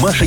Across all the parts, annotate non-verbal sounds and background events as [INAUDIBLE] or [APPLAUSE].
Маша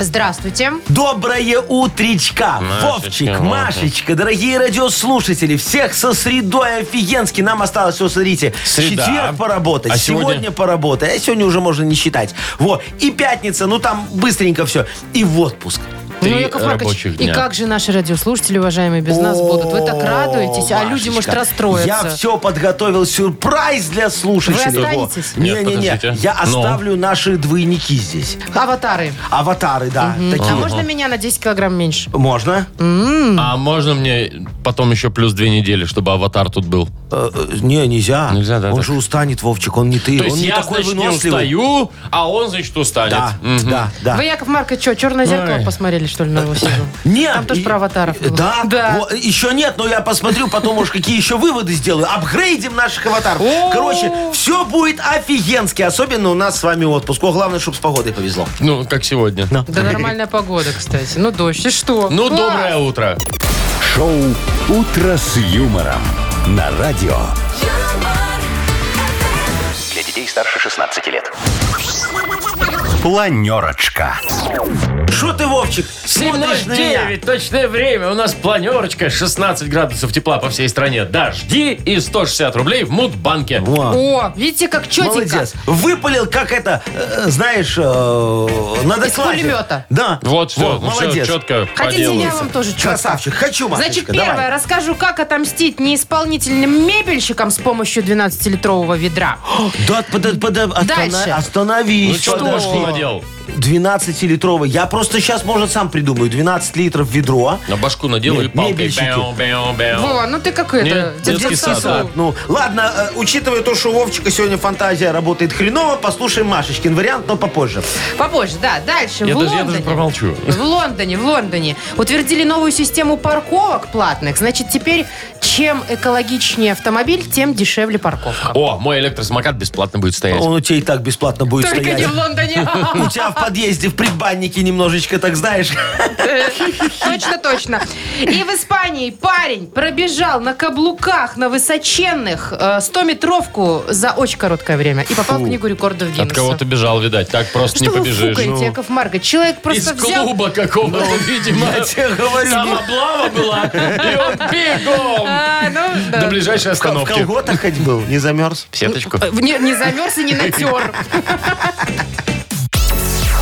Здравствуйте. Доброе утречка, Вовчик, Машечка. Машечка, дорогие радиослушатели, всех со средой офигенски, нам осталось, все, смотрите, Среда. четверг поработать, А сегодня? сегодня? поработать, а сегодня уже можно не считать, вот, и пятница, ну там быстренько все, и в отпуск. Три ну, Яков Маркович, рабочих и дня. как же наши радиослушатели, уважаемые, без нас О, будут? Вы так радуетесь, а люди, Машечка, может, расстроятся. Я все подготовил сюрприз для слушателей. Вы останетесь? Во. Нет, Не-не-не, подождите. я Ну. оставлю наши двойники здесь. Аватары. Аватары, да, такие. А можно меня на 10 килограмм меньше? Можно? А можно мне потом еще плюс две недели, чтобы аватар тут был? Э, э, Не, нельзя. Нельзя, да, Он так. же устанет, Вовчик, он не ты. То он есть не я, такой значит, не выносливый. устаю, а он, значит, устанет. Да, Мгм. да, да. Вы, Яков Маркович, что, черное зеркало Ой. посмотрели, что ли, нового сезона? Нет. Там тоже и- про аватаров было. Да? Да. Во, еще нет, но я посмотрю потом, может, какие еще выводы сделаю. Апгрейдим наших аватаров. О! Короче, все будет офигенски. Особенно у нас с вами отпуск. О, главное, чтобы с погодой повезло. Ну, как сегодня. Да нормальная погода, кстати. Ну, дождь, и что? Ну, Класс. доброе утро. Шоу «Утро с юмором» на радио. Для детей старше 16 лет. Планерочка. Что ты, Вовчик, смотришь на меня? 7.09, точное время. У нас планерочка, 16 градусов тепла по всей стране. Дожди и 160 рублей в Мудбанке. Во. О, видите, как четенько. Молодец. Выпалил, как это, э, знаешь, э, на Из докладе. пулемета. Да. Вот что, ну, всё молодец. четко по Хотите, делу. я вам тоже четко? Красавчик, хочу, Машечка, Значит, давай. первое. Расскажу, как отомстить неисполнительным мебельщикам с помощью 12-литрового ведра. Да, под- под- останов- Дальше. Ну, остановись, что ты подожди. башку надел? 12-литровый. Я просто сейчас, может, сам придумаю. 12 литров ведро. На башку надел и Нет, палкой. мебельщики. Бяу, бяу, бяу. Вова, ну ты как это? Нет, дед детский Сосо. сад, да. Ну, ладно, э, учитывая то, что у Вовчика сегодня фантазия работает хреново, послушаем Машечкин вариант, но попозже. Попозже, да. Дальше. Я в даже- я Лондоне, даже промолчу. В Лондоне, в Лондоне утвердили новую систему парковок платных. Значит, теперь чем экологичнее автомобиль, тем дешевле парковка. О, мой электросамокат бесплатно будет стоять. Он у тебя и так бесплатно будет Только стоять. не [LAUGHS] в Лондоне. У тебя в подъезде, в предбаннике немножечко, так знаешь. [LAUGHS] Точно, точно. И в Испании парень пробежал на каблуках на высоченных 100-метровку за очень короткое время и попал в книгу рекордов Гиннесса. От кого-то бежал, видать. Так просто Что не вы побежишь. Ну, фукаете, Яков Маркович? Человек просто Из взял... клуба [LAUGHS] какого-то, видимо. я тебе говорю. Там облава была, и он бегом. А, ну, да. До ближайшей В остановки. колготах хоть был, не замерз. Сеточку. Э, Не, не [LAUGHS] замерз и не натер.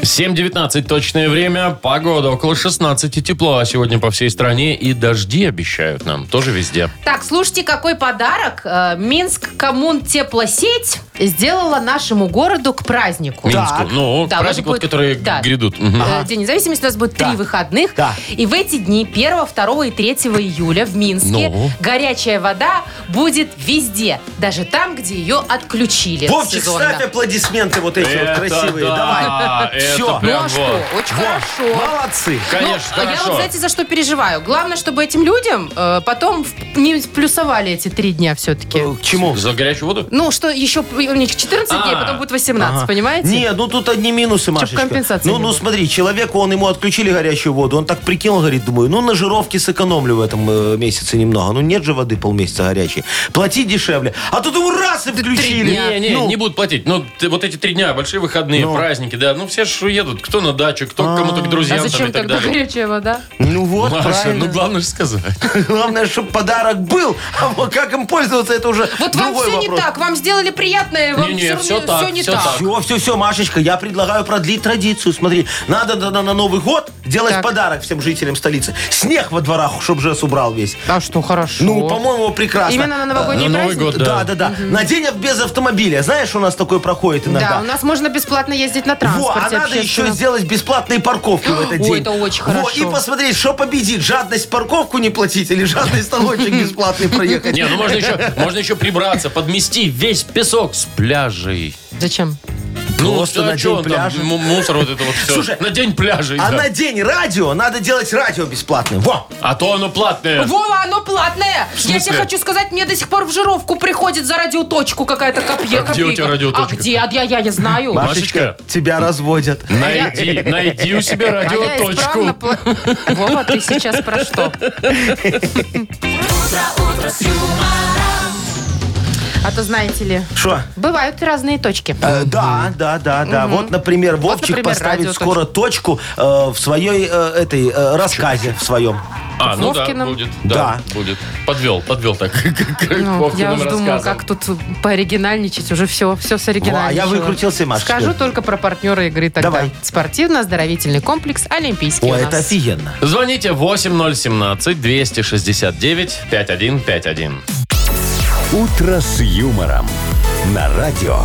7.19 точное время. Погода около 16 тепла сегодня по всей стране. И дожди обещают нам. Тоже везде. Так, слушайте, какой подарок э, Минск Коммун Теплосеть сделала нашему городу к празднику. Минску. Ну, Да, праздник, вот, у нас будет- которые да. грядут. Мгм. Э, День независимости. У нас будет три Да. выходных. Да. И в эти дни 1, 2 и 3 июля в Минске Ну? горячая вода будет везде. Даже там, где ее отключили Вовчик, сезонно. ставь аплодисменты вот эти вот Это красивые. да, Давай. это Все. Ну прям а вот. что? Очень хорошо. Молодцы. Ну, Конечно, а я хорошо. вот, знаете, за что переживаю? Главное, чтобы этим людям э, потом в- не плюсовали эти три дня все-таки. Э, К чему? За горячую [LAUGHS] воду? Ну, что еще у них 14 дней, А. потом будет 18, Ага. понимаете? Не, ну тут одни минусы, Машечка. компенсации ну, не ну было. смотри, человеку, он ему отключили горячую воду, он так прикинул, говорит, думаю, ну на жировке сэкономлю в этом э, месяце немного. Ну нет же воды полмесяца горячей. Плати дешевле. А тут ему раз и включили. Не, не, Ну, не будут платить. Ну, ты- вот эти три дня, большие выходные, праздники, да. Ну, все же едут. Кто на дачу, кто к кому-то к а друзьям там зачем и так тогда далее. горячая вода? ну вот, Маша, правильно. ну главное же сказать. Главное, чтобы подарок был. А вот как им пользоваться, это уже Вот вам другой все не вопрос. так, вам сделали приятное, вам Не-не, все, всё так, не всё так. так. Все, все, все, Машечка, я предлагаю продлить традицию. Смотри, надо на, на- на Новый год делать Так. подарок всем жителям столицы. Снег во дворах, чтобы же убрал весь. А что, хорошо. Ну, по-моему, прекрасно. Именно на новогодний На Новый праздник? год, да. Да, да, да. На день без автомобиля. Знаешь, у нас такое проходит иногда. Да, у нас можно бесплатно ездить на Во, транспорте а надо еще общественном. сделать бесплатные [GASPS] парковки в этот Ой, день. это очень Во, хорошо. и посмотреть, что победит. Жадность парковку не платить или [LAUGHS] жадность талончик бесплатный проехать. Не, ну можно еще, можно еще прибраться, подмести весь песок с пляжей. Зачем? Просто а на чё день он там, пляжа. му- мусор вот это вот все. Слушай, на день пляжа. А да. на день радио надо делать радио бесплатным. Во! А то оно платное. Вова, оно платное. Я смысле? тебе хочу сказать, мне до сих пор в жировку приходит за радиоточку какая-то копье. А где у тебя радиоточка? А где? А я, я не знаю. Маш- Машечка, Машечка. тебя разводят. Найди, найди у себя А я радиоточку. исправно пла- Вова, ты сейчас про что? А то знаете ли, Что? бывают разные точки. Э, Да, да, да, да. Вот, например, Вовчик например, поставит радиоточку. скоро точку э, в своей э, этой э, рассказе в своем. А, ну да, Вовкиным. будет. Да, Да. будет. Подвел, подвел так. [LAUGHS] к Ну, я Вовкиным уж думаю, рассказам. как тут пооригинальничать, уже все, все с Во, а я выкрутился, Машечка. Скажу только про партнера игры тогда. Давай. Спортивно-оздоровительный комплекс «Олимпийский» О, у это нас. офигенно. Звоните 8017-269-5151. «Утро с юмором» на радио.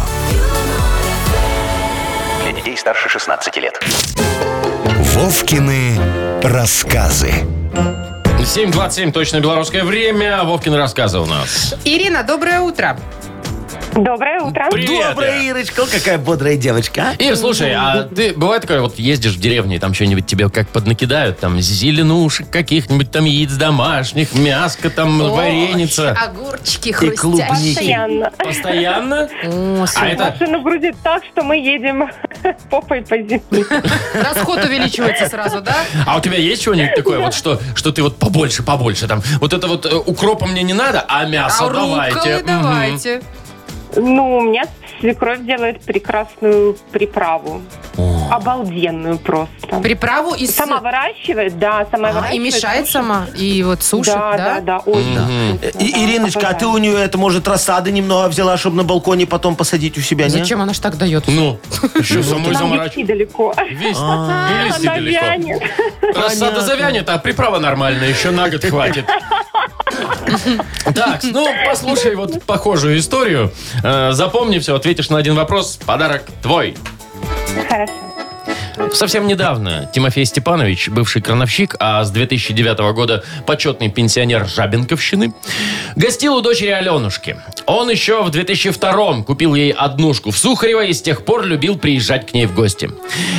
Для детей старше 16 лет. Вовкины рассказы. 7.27, точно белорусское время. Вовкин рассказы у нас. Ирина, доброе утро. Доброе утро. Привет, Добрая Ирочка, О, какая бодрая девочка, а? И слушай, а ты бывает такое, вот ездишь в деревне, и там что-нибудь тебе как поднакидают, там зеленушек каких-нибудь, там яиц домашних, мяско, там вареница. Ой, огурчики Э. клубники. хрустящие. Постоянно. А Постоянно? О, А супер. это... Машину грузит так, что мы едем [LAUGHS] попой по земле. Расход увеличивается сразу, да? Ну, А у тебя есть чего-нибудь такое, вот что, что ты вот побольше, побольше там? Вот это вот э, укропа мне не надо, а мясо А рукколы давайте. давайте. Ну, у меня свекровь делает прекрасную приправу. Обалденную просто. Приправу из... Сама выращивает, да, сама А, выращивает. и мешает сушит. сама, и вот сушит, Да, да, да? да, очень Мгм. вкусно, И- да, Ириночка, а ты у обожаю. нее это, может, рассады немного взяла, чтобы на балконе потом посадить у себя, не? Зачем она ж так дает? Ну, еще самой Нам идти заморачивать. [LAUGHS] далеко. Весь, А, ну, листи Она далеко. вянет. Рассада завянет, а приправа нормальная, еще на год хватит. Так, ну, послушай вот похожую историю. Э, Запомни все, ответишь на один вопрос, подарок твой. Хорошо. Совсем недавно Тимофей Степанович, бывший крановщик, а с 2009 года почетный пенсионер Жабенковщины, гостил у дочери Аленушки. Он еще в 2002 купил ей однушку в Сухарево и с тех пор любил приезжать к ней в гости.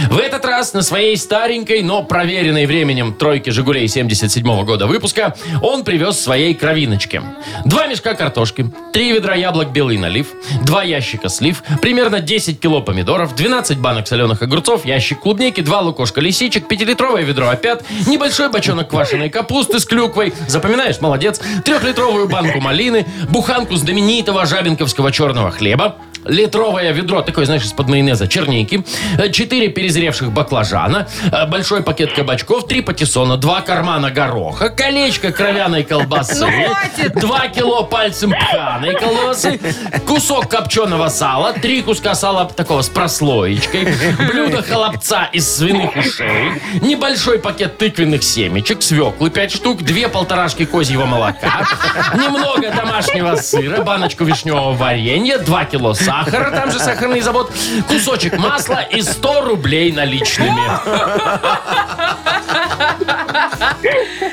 В этот раз на своей старенькой, но проверенной временем тройке «Жигулей» 77 года выпуска он привез своей кровиночке. Два мешка картошки, три ведра яблок белый налив, два ящика слив, примерно 10 кило помидоров, 12 банок соленых огурцов, ящик клубники, два лукошка лисичек, пятилитровое ведро опят, небольшой бочонок квашеной капусты с клюквой, запоминаешь, молодец, трехлитровую банку малины, буханку знаменитого жабинковского черного хлеба, литровое ведро, такое, знаешь, из-под майонеза, черники, 4 перезревших баклажана, э, большой пакет кабачков, 3 патиссона, 2 кармана гороха, колечко кровяной колбасы, Ну, хватит! 2 кило пальцем пханой колбасы, кусок копченого сала, 3 куска сала такого с прослоечкой, блюдо холопца из свиных ушей, небольшой пакет тыквенных семечек, свеклы 5 штук, 2 полторашки козьего молока, немного домашнего сыра, баночку вишневого варенья, 2 кило сахара, там же сахарный завод, кусочек масла и 100 рублей наличными.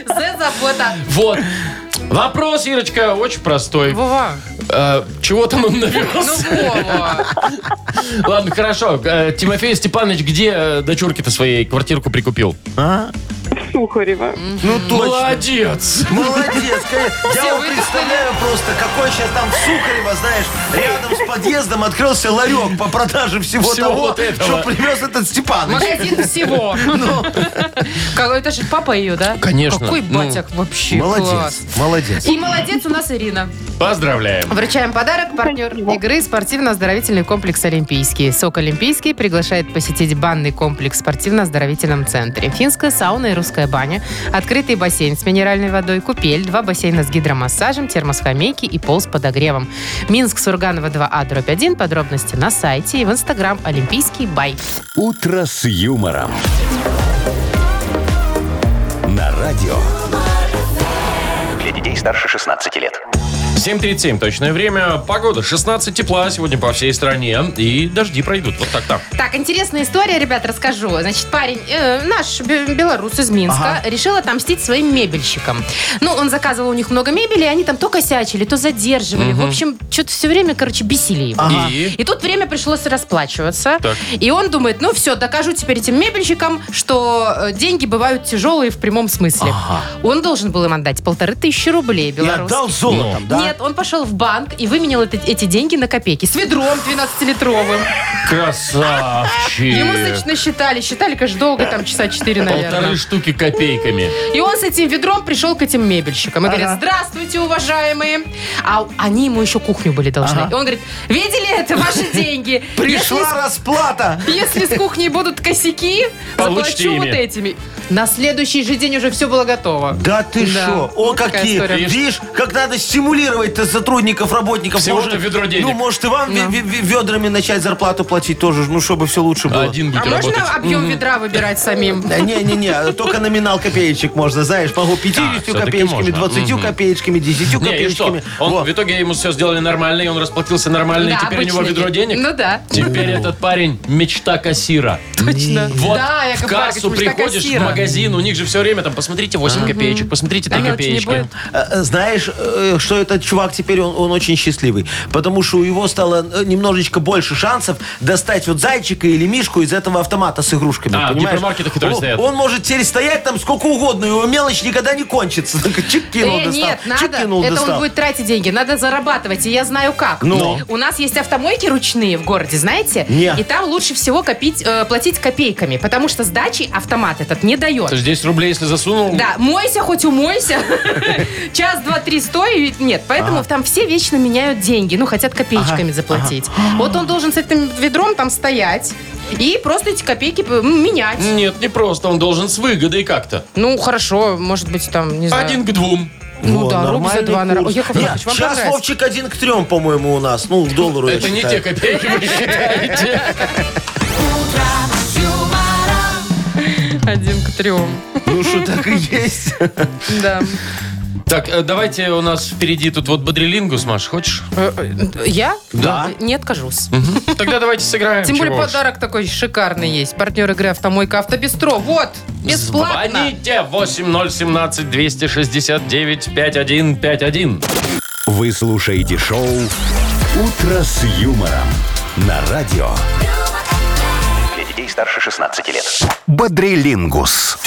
За забота. Вот. Вопрос, Ирочка, очень простой. Вова, Э, чего там он навез? ну Вова. Ладно, хорошо. Э, Тимофей Степанович, где э, дочурке-то своей квартирку прикупил? Сухарева. Ну, точно. Молодец! Молодец, конечно. Все я вот вытащили. представляю просто, какой сейчас там в Сухарево, знаешь, рядом с подъездом открылся ларек по продаже всего, Всего того, вот этого. что привез этот Степаныч. Магазин всего. Как- Это же папа ее, да? Конечно. Какой Ну, батяк вообще. Молодец, класс. молодец. И молодец у нас Ирина. Поздравляем. Вручаем подарок. Партнер игры спортивно-оздоровительный комплекс «Олимпийский». СОК «Олимпийский» приглашает посетить банный комплекс в спортивно-оздоровительном центре. Финская сауна и русская баня, открытый бассейн с минеральной водой, купель, два бассейна с гидромассажем, термосхамейки и пол с подогревом. Минск, Сурганова 2А, дробь 1. Подробности на сайте и в инстаграм «Олимпийский бай». «Утро с юмором» на радио. Для детей старше 16 лет. 7.37 точное время. Погода 16 тепла сегодня по всей стране. И дожди пройдут. Вот так-то. Так, интересная история, ребят, расскажу. Значит, парень, э, наш бе- белорус из Минска, решил отомстить своим мебельщикам. Ну, он заказывал у них много мебели, и они там то косячили, то задерживали. В общем, что-то все время, короче, бесили его. И? И тут время пришлось расплачиваться. Так. И он думает, ну все, докажу теперь этим мебельщикам, что э, деньги бывают тяжелые в прямом смысле. Он должен был им отдать полторы тысячи рублей И белорусских. отдал золотом, да? Нет, он пошел в банк и выменял это- эти деньги на копейки. С ведром 12-литровым. Ему, Красавчик. значит, насчитали. Считали, конечно, долго, там часа 4, Э. Полторы наверное. штуки копейками. И он с этим ведром пришел к этим мебельщикам. И говорит, здравствуйте, уважаемые. А они ему еще кухню были должны. И он говорит, видели [LAUGHS] это ваши деньги? Если Пришла расплата. если с кухни будут косяки, Получите заплачу ими. вот этими. На следующий же день уже все было готово. Да ты Да. что? О, Вот такая какие. история. Видишь, как надо стимулировать-то сотрудников, работников. Всего-то Может, ведро денег. Ну, может, и вам ве- ве- ве- ведрами начать зарплату платить тоже, ну, чтобы все лучше было. Один будет А работать. можно объем ведра выбирать самим? Да Не-не-не, только номинал копеечек можно, знаешь, могу 50 всё-таки копеечками, можно. 20 Мгм. копеечками, 10 Не, и что? копеечками. Он, Во. в итоге ему все сделали нормально, и он расплатился нормально, Да, и теперь у него обычные ведро деньги. денег? Ну да. Теперь этот парень мечта кассира. Точно. Вот Да, в Яков Маркович, кассу мечта приходишь кассира. в магазин, у них же все время там, посмотрите 8 копеечек, посмотрите А 3 мелочи не копеечки. будет? Э, Знаешь, э, что этот чувак теперь, он, он очень счастливый. Потому что у него стало э, немножечко больше шансов достать вот зайчика или мишку из этого автомата с игрушками. А, в понимаешь? гипермаркетах, которые он, стоят. Он может теперь стоять там сколько угодно, его мелочь никогда не кончится. [LAUGHS] Чик кинул, Э, достал. нет, надо. Чик кинул, это достал. он будет тратить деньги. Надо зарабатывать, и я знаю как. Ну? У нас есть автомойки ручные в городе, знаете? Не. И там лучше всего копить, э, платить копейками, потому что сдачи автомат этот не дает. То есть 10 рублей, если засунул, Да, мойся, хоть умойся. [LAUGHS] Час, два, три, стой. и Нет, поэтому там все вечно меняют деньги. Ну, хотят копеечками заплатить. Вот он должен с этим ведром там стоять и просто эти копейки м, менять. нет, не просто, он должен с выгодой как-то. Ну, хорошо, может быть, там, не знаю. Один к двум. Ну Во, да, рубль за нормальный два. на- курс. Ой, Яков Нет, Маркович, вам сейчас понравится. Вовчик один к трем, по-моему, у нас. Ну, к доллару я Это не те считаю. копейки, вы считаете? Один к трем. Ну, что так [LAUGHS] и есть. Да. Так, э, давайте у нас впереди тут вот бодрелингус, Маш, хочешь? Э, э, Я? Да. Не откажусь. Тогда давайте сыграем. Тем более чего уж. подарок такой шикарный есть. Партнер игры «Автомойка Автобестро». Вот, бесплатно. Звоните 8017-269-5151. Вы слушаете шоу «Утро с юмором» на радио Для детей старше 16 лет. «Бодрилингус».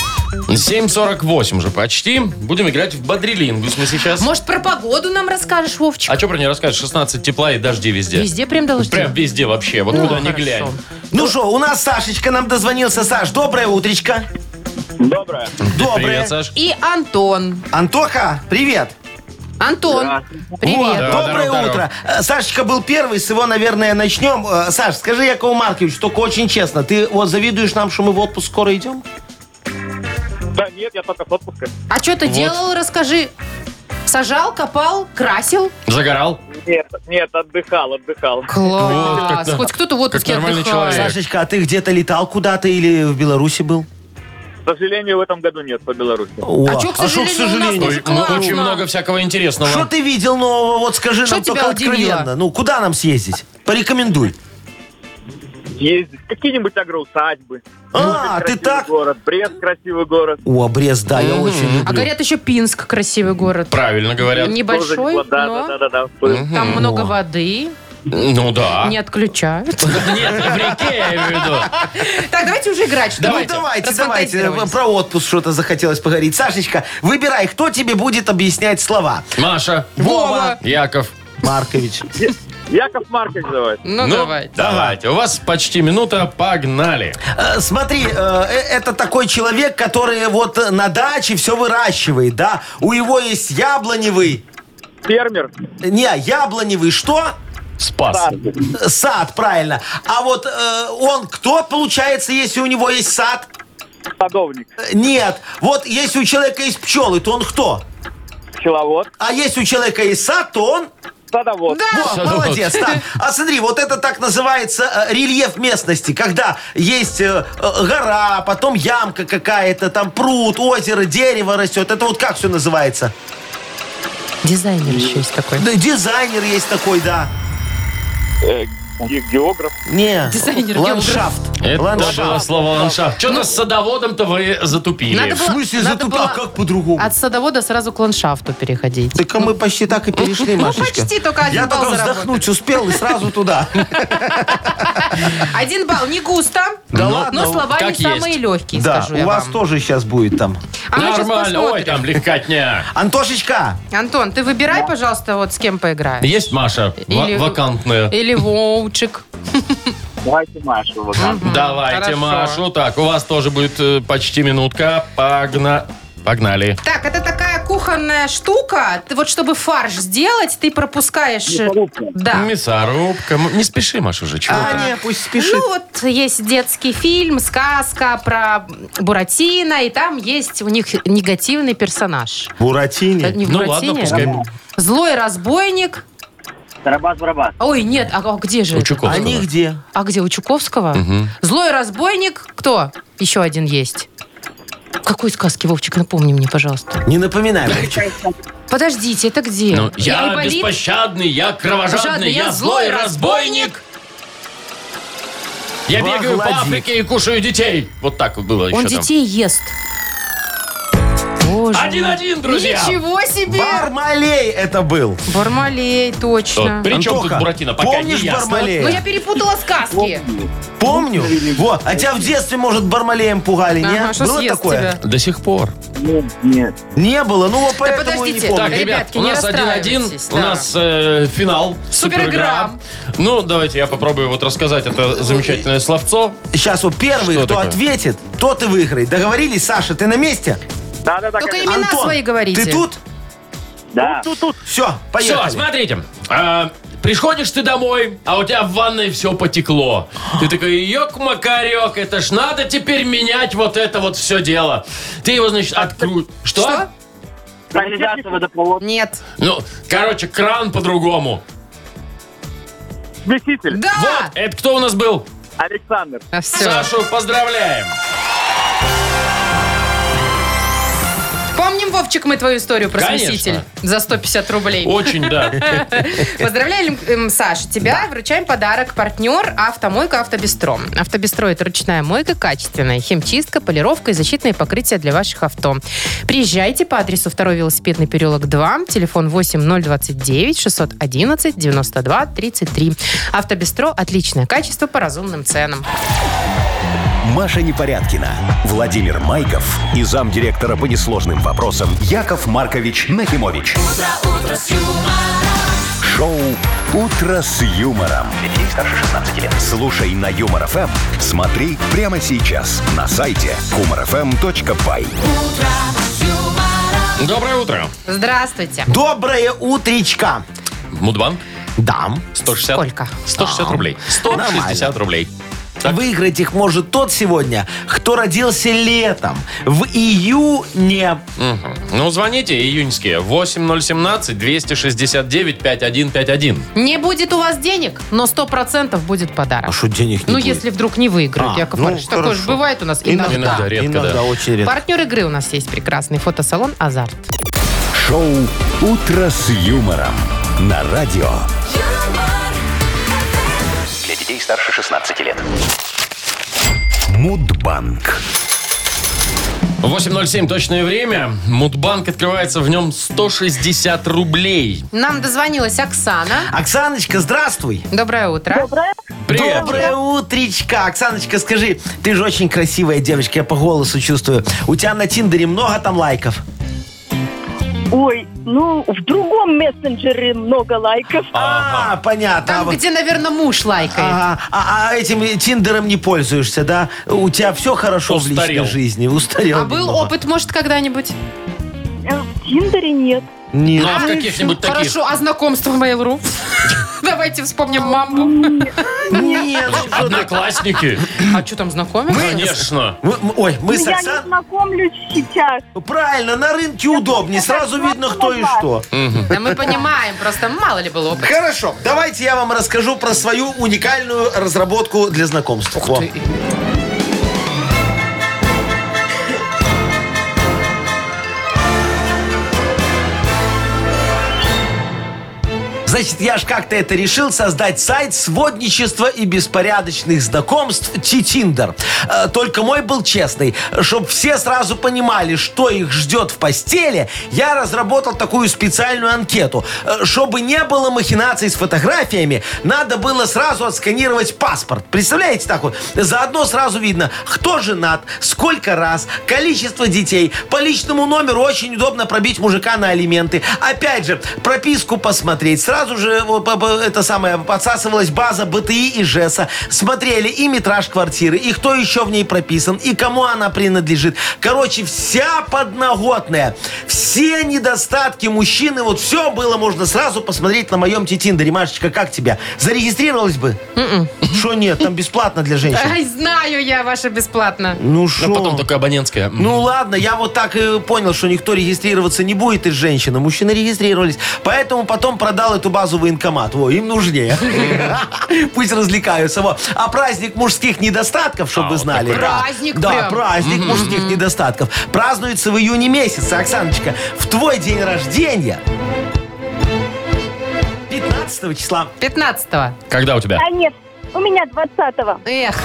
7.48 уже почти. Будем играть в бодрилингус мы сейчас. Может, про погоду нам расскажешь, Вовчик? А что про нее расскажешь? 16 тепла и дожди везде. Везде прям должны. Прям везде вообще, вот Ну, куда ни хорошо. глянь. Ну что, у нас Сашечка нам дозвонился. Саш, доброе утречко. Доброе. Доброе. Привет, Саш. И Антон. Антоха, привет. Антон, Вот, привет. Да, доброе здорово, утро. Э, Сашечка был первый, с его, наверное, начнем. Э, Саш, скажи, Якову Маркович, только очень честно, ты вот завидуешь нам, что мы в отпуск скоро идем? Да нет, я только с отпуска. А что ты делал, расскажи. Сажал, копал, красил? Загорал? Нет, нет, отдыхал, отдыхал. Вот как Класс. да. Хоть кто-то в отпуске Как нормальный отдыхает. человек. Сашечка, а ты где-то летал куда-то или в Беларуси был? К сожалению, в этом году нет по Беларуси. О, А чё, к а чё, сожалению, у нас тоже Ой, ну, классно. Очень много всякого интересного. Что ты видел нового? Вот скажи Что нам тебя только удивило? откровенно. Ну, куда нам съездить? Порекомендуй. Ездить. Какие-нибудь агроусадьбы. А, Красивый ты так? город. Брест красивый город. О, Брест, да, я очень люблю. А говорят, еще Пинск красивый город. Правильно говорят. Тоже Небольшой, непло- да, но да, да, да, да. там много воды, Ну да. не отключают. Нет, в реке я имею в виду. Так, давайте уже играть. что ли? Ну, давайте, давайте. э, Расфантазировались. Про отпуск что-то захотелось поговорить. Сашечка, выбирай, кто тебе будет объяснять слова. Маша. Вова. Яков. Маркович. Яков Маркович давай. Ну, Ну, давайте. давайте. У вас почти минута. Погнали. Э, Смотри, э, э, это такой человек, который вот э, на даче все выращивает, да? У него есть яблоневый... Фермер. Не, яблоневый что? Спас. Э, Сад, правильно. А вот э, он кто, получается, если у него есть сад? Садовник. Э, Нет. Вот если у человека есть пчелы, то он кто? Пчеловод. А если у человека есть сад, то он... Садовод. Во, Садовод. молодец, да. А смотри, вот это так называется э, рельеф местности, когда есть э, э, гора, потом ямка какая-то, там пруд, озеро, дерево растет. Это вот как все называется? Дизайнер еще есть такой. Да, дизайнер есть такой, да. Э, ге- географ. Не, Дизайнер, ландшафт. Это ландшафт. было слово ландшафт. Что-то с садоводом-то вы затупили. В смысле Надо затупил? было А как по-другому? От садовода сразу к ландшафту переходить. Так а мы почти так и перешли, Ну, Машечка. почти, только один Я балл только заработали. вздохнуть успел [LAUGHS] и сразу туда. Один балл, не густо. Да но, ладно, но слова Ну, как не самые есть. легкие, Да, скажу я у вас вам. тоже сейчас будет там. А мы сейчас Нормально. Ой, посмотрим. там легкотня. Антошечка, Антон, ты выбирай, пожалуйста, вот с кем поиграешь. Есть Маша Ну. ва- Или- вакантная. Или Вовчик. Давайте Машу. вот так. Давайте хорошо. Машу. Так, у вас тоже будет э, почти минутка. Погна... Погнали. Так, это такая кухонная штука. Ты вот чтобы фарш сделать, ты пропускаешь... э, Мясорубка. Да. Мясорубка. М- Не спеши, Маша, уже чего а не, пусть спешит. Ну вот есть детский фильм, сказка про Буратино, и там есть у них негативный персонаж. Э, Буратини. Не в Ну Буратино. ладно, пускай. Злой разбойник. Барабас-барабас. Ой, нет, а, а где же? У это? Чуковского. Они где? А где, у Чуковского? Злой разбойник, кто? Еще один есть. Какой сказки, Вовчик, напомни мне, пожалуйста. Не напоминай. Вовчик. Подождите, это где? Ну, я Айболит? беспощадный, я кровожадный, Жадный, я злой разбойник. Я Во бегаю по Владик. Африке и кушаю детей. Вот так вот было Он еще там. детей ест. Боже мой. Один-один, друзья. Ничего себе! Бармалей это был. Бармалей, точно. Вот, При чем тут Антоха, Буратино? Пока не помнишь ясно. Ну, я Бармалея? перепутала сказки. Помню. Вот. А тебя в детстве, может, Бармалеем пугали, Ага, не? что Было съест такое? тебя? До сих пор. Нет, нет. Не было, ну вот Да поэтому и не подождите. Так, помню. ребят, Ребятки, у не нас один-один, расстраивайтесь, у да. нас э, финал. Суперигра. Ну, давайте я попробую вот рассказать это замечательное словцо. Сейчас вот первый, Что кто такое? ответит, тот и выиграет. Договорились, Саша, ты на месте? Да-да-да. Только как- имена Антон, свои говорите. Ты тут? Да. Все, Все, поехали. смотрите. А, приходишь ты домой, а у тебя в ванной все потекло. Ты такой, ёк макарек, это ж надо теперь менять вот это вот все дело. Ты его, значит, откру... Что? Что? Канализация, водопровод. Нет. Ну, короче, кран по-другому. Смеситель. Вот, Да! это кто у нас был? Александр. А все. Сашу поздравляем. Помним, Вовчик, мы твою историю про Конечно. смеситель за 150 рублей. Очень, да. [LAUGHS] Поздравляем, эм, Саша, тебя. Вручаем подарок. Партнер «Автомойка Автобестро». «Автобестро» — это ручная мойка, качественная химчистка, полировка и защитные покрытия для ваших авто. Приезжайте по адресу 2 велосипедный переулок 2, телефон 8029 611 92 33. «Автобестро» — отличное качество по разумным ценам. Маша Непорядкина, Владимир Майков и замдиректора по несложным вопросам Яков Маркович Нахимович. Шоу Утро с юмором. Детей старше 16 лет. Слушай на юмор ФМ. Смотри прямо сейчас на сайте эм humorfm.by. Доброе утро. Здравствуйте. Доброе утречка. Мудбанк. Дам. 160. Сколько? А. 160 рублей. 160 рублей. Так. Выиграть их может тот сегодня, кто родился летом, в июне. Мгм. Ну, звоните, июньские. 8017-269-5151. Не будет у вас денег, но 100% будет подарок. А что денег не Ну, будет? если вдруг не выиграют, А, Яков ну, Маркович. Такое хорошо. же бывает у нас Иногда. иногда. Иногда, редко, Иногда, да. очень редко. Партнер игры у нас есть прекрасный. Фотосалон «Азарт». Шоу Утро с юмором на радио. Для детей старше 16 лет. Мудбанк. 8.07 точное время. Мудбанк открывается в нем 160 рублей. Нам дозвонилась Оксана. Оксаночка, здравствуй. Доброе утро. Привет. Доброе утречко. Оксаночка, скажи, ты же очень красивая девочка, я по голосу чувствую. У тебя на Тиндере много там лайков? Ой, ну, в другом мессенджере много лайков. А, понятно. А Там, вот- где, наверное, муж лайкает. Ага. А, а этим Тиндером не пользуешься, да? У тебя все хорошо в Устарел. личной жизни. Устарел. А был немного. опыт, может, когда-нибудь? Э, В Тиндере нет. Нет. Ну, а в каких-нибудь таких... Хорошо, а знакомство в Mail.ru? [LAUGHS] Давайте вспомним маму. Нет, ну что ты. Одноклассники. А что там, знакомились? Конечно. А Мы- мы- Ой, мы Ну, я с не Оксаной... знакомлюсь сейчас. Правильно, на рынке удобнее, сразу видно, кто и что. Да мы понимаем, просто мало ли было опыта. Хорошо, давайте я вам расскажу про свою уникальную разработку для знакомства. Во. ты. Значит, я ж как-то это решил создать сайт сводничества и беспорядочных знакомств Титиндер. Э, Только мой был честный. Чтобы все сразу понимали, что их ждет в постели, я разработал такую специальную анкету. Э, Чтобы не было махинаций с фотографиями, надо было сразу отсканировать паспорт. Представляете, так вот? Заодно сразу видно, кто женат, сколько раз, количество детей. По личному номеру очень удобно пробить мужика на алименты. Опять же, прописку посмотреть. Сразу же э, вот, по- по- это самое подсасывалась база БТИ и ЖЭСа. Смотрели и метраж квартиры, и кто еще в ней прописан, и кому она принадлежит. Короче, вся подноготная. Все недостатки мужчины, вот все было можно сразу посмотреть на моем Тиндере. Машечка, как тебя? Зарегистрировалась бы? Что нет, там бесплатно для женщин. Ай, знаю я ваше бесплатно. Ну А что? потом только абонентская. М. Ну ладно, я вот так и понял, что никто регистрироваться не будет из женщины. Мужчины регистрировались. Поэтому потом продал эту базу военкомат. Во, им нужнее. [LAUGHS] Пусть развлекаются. Во. А праздник мужских недостатков, чтобы вы знали. да. Праздник Да, прям. праздник мужских недостатков. Празднуется в июне месяце, Оксаночка. В твой день рождения. 15 числа. 15-го. Когда у тебя? А нет, у меня 20-го. Эх,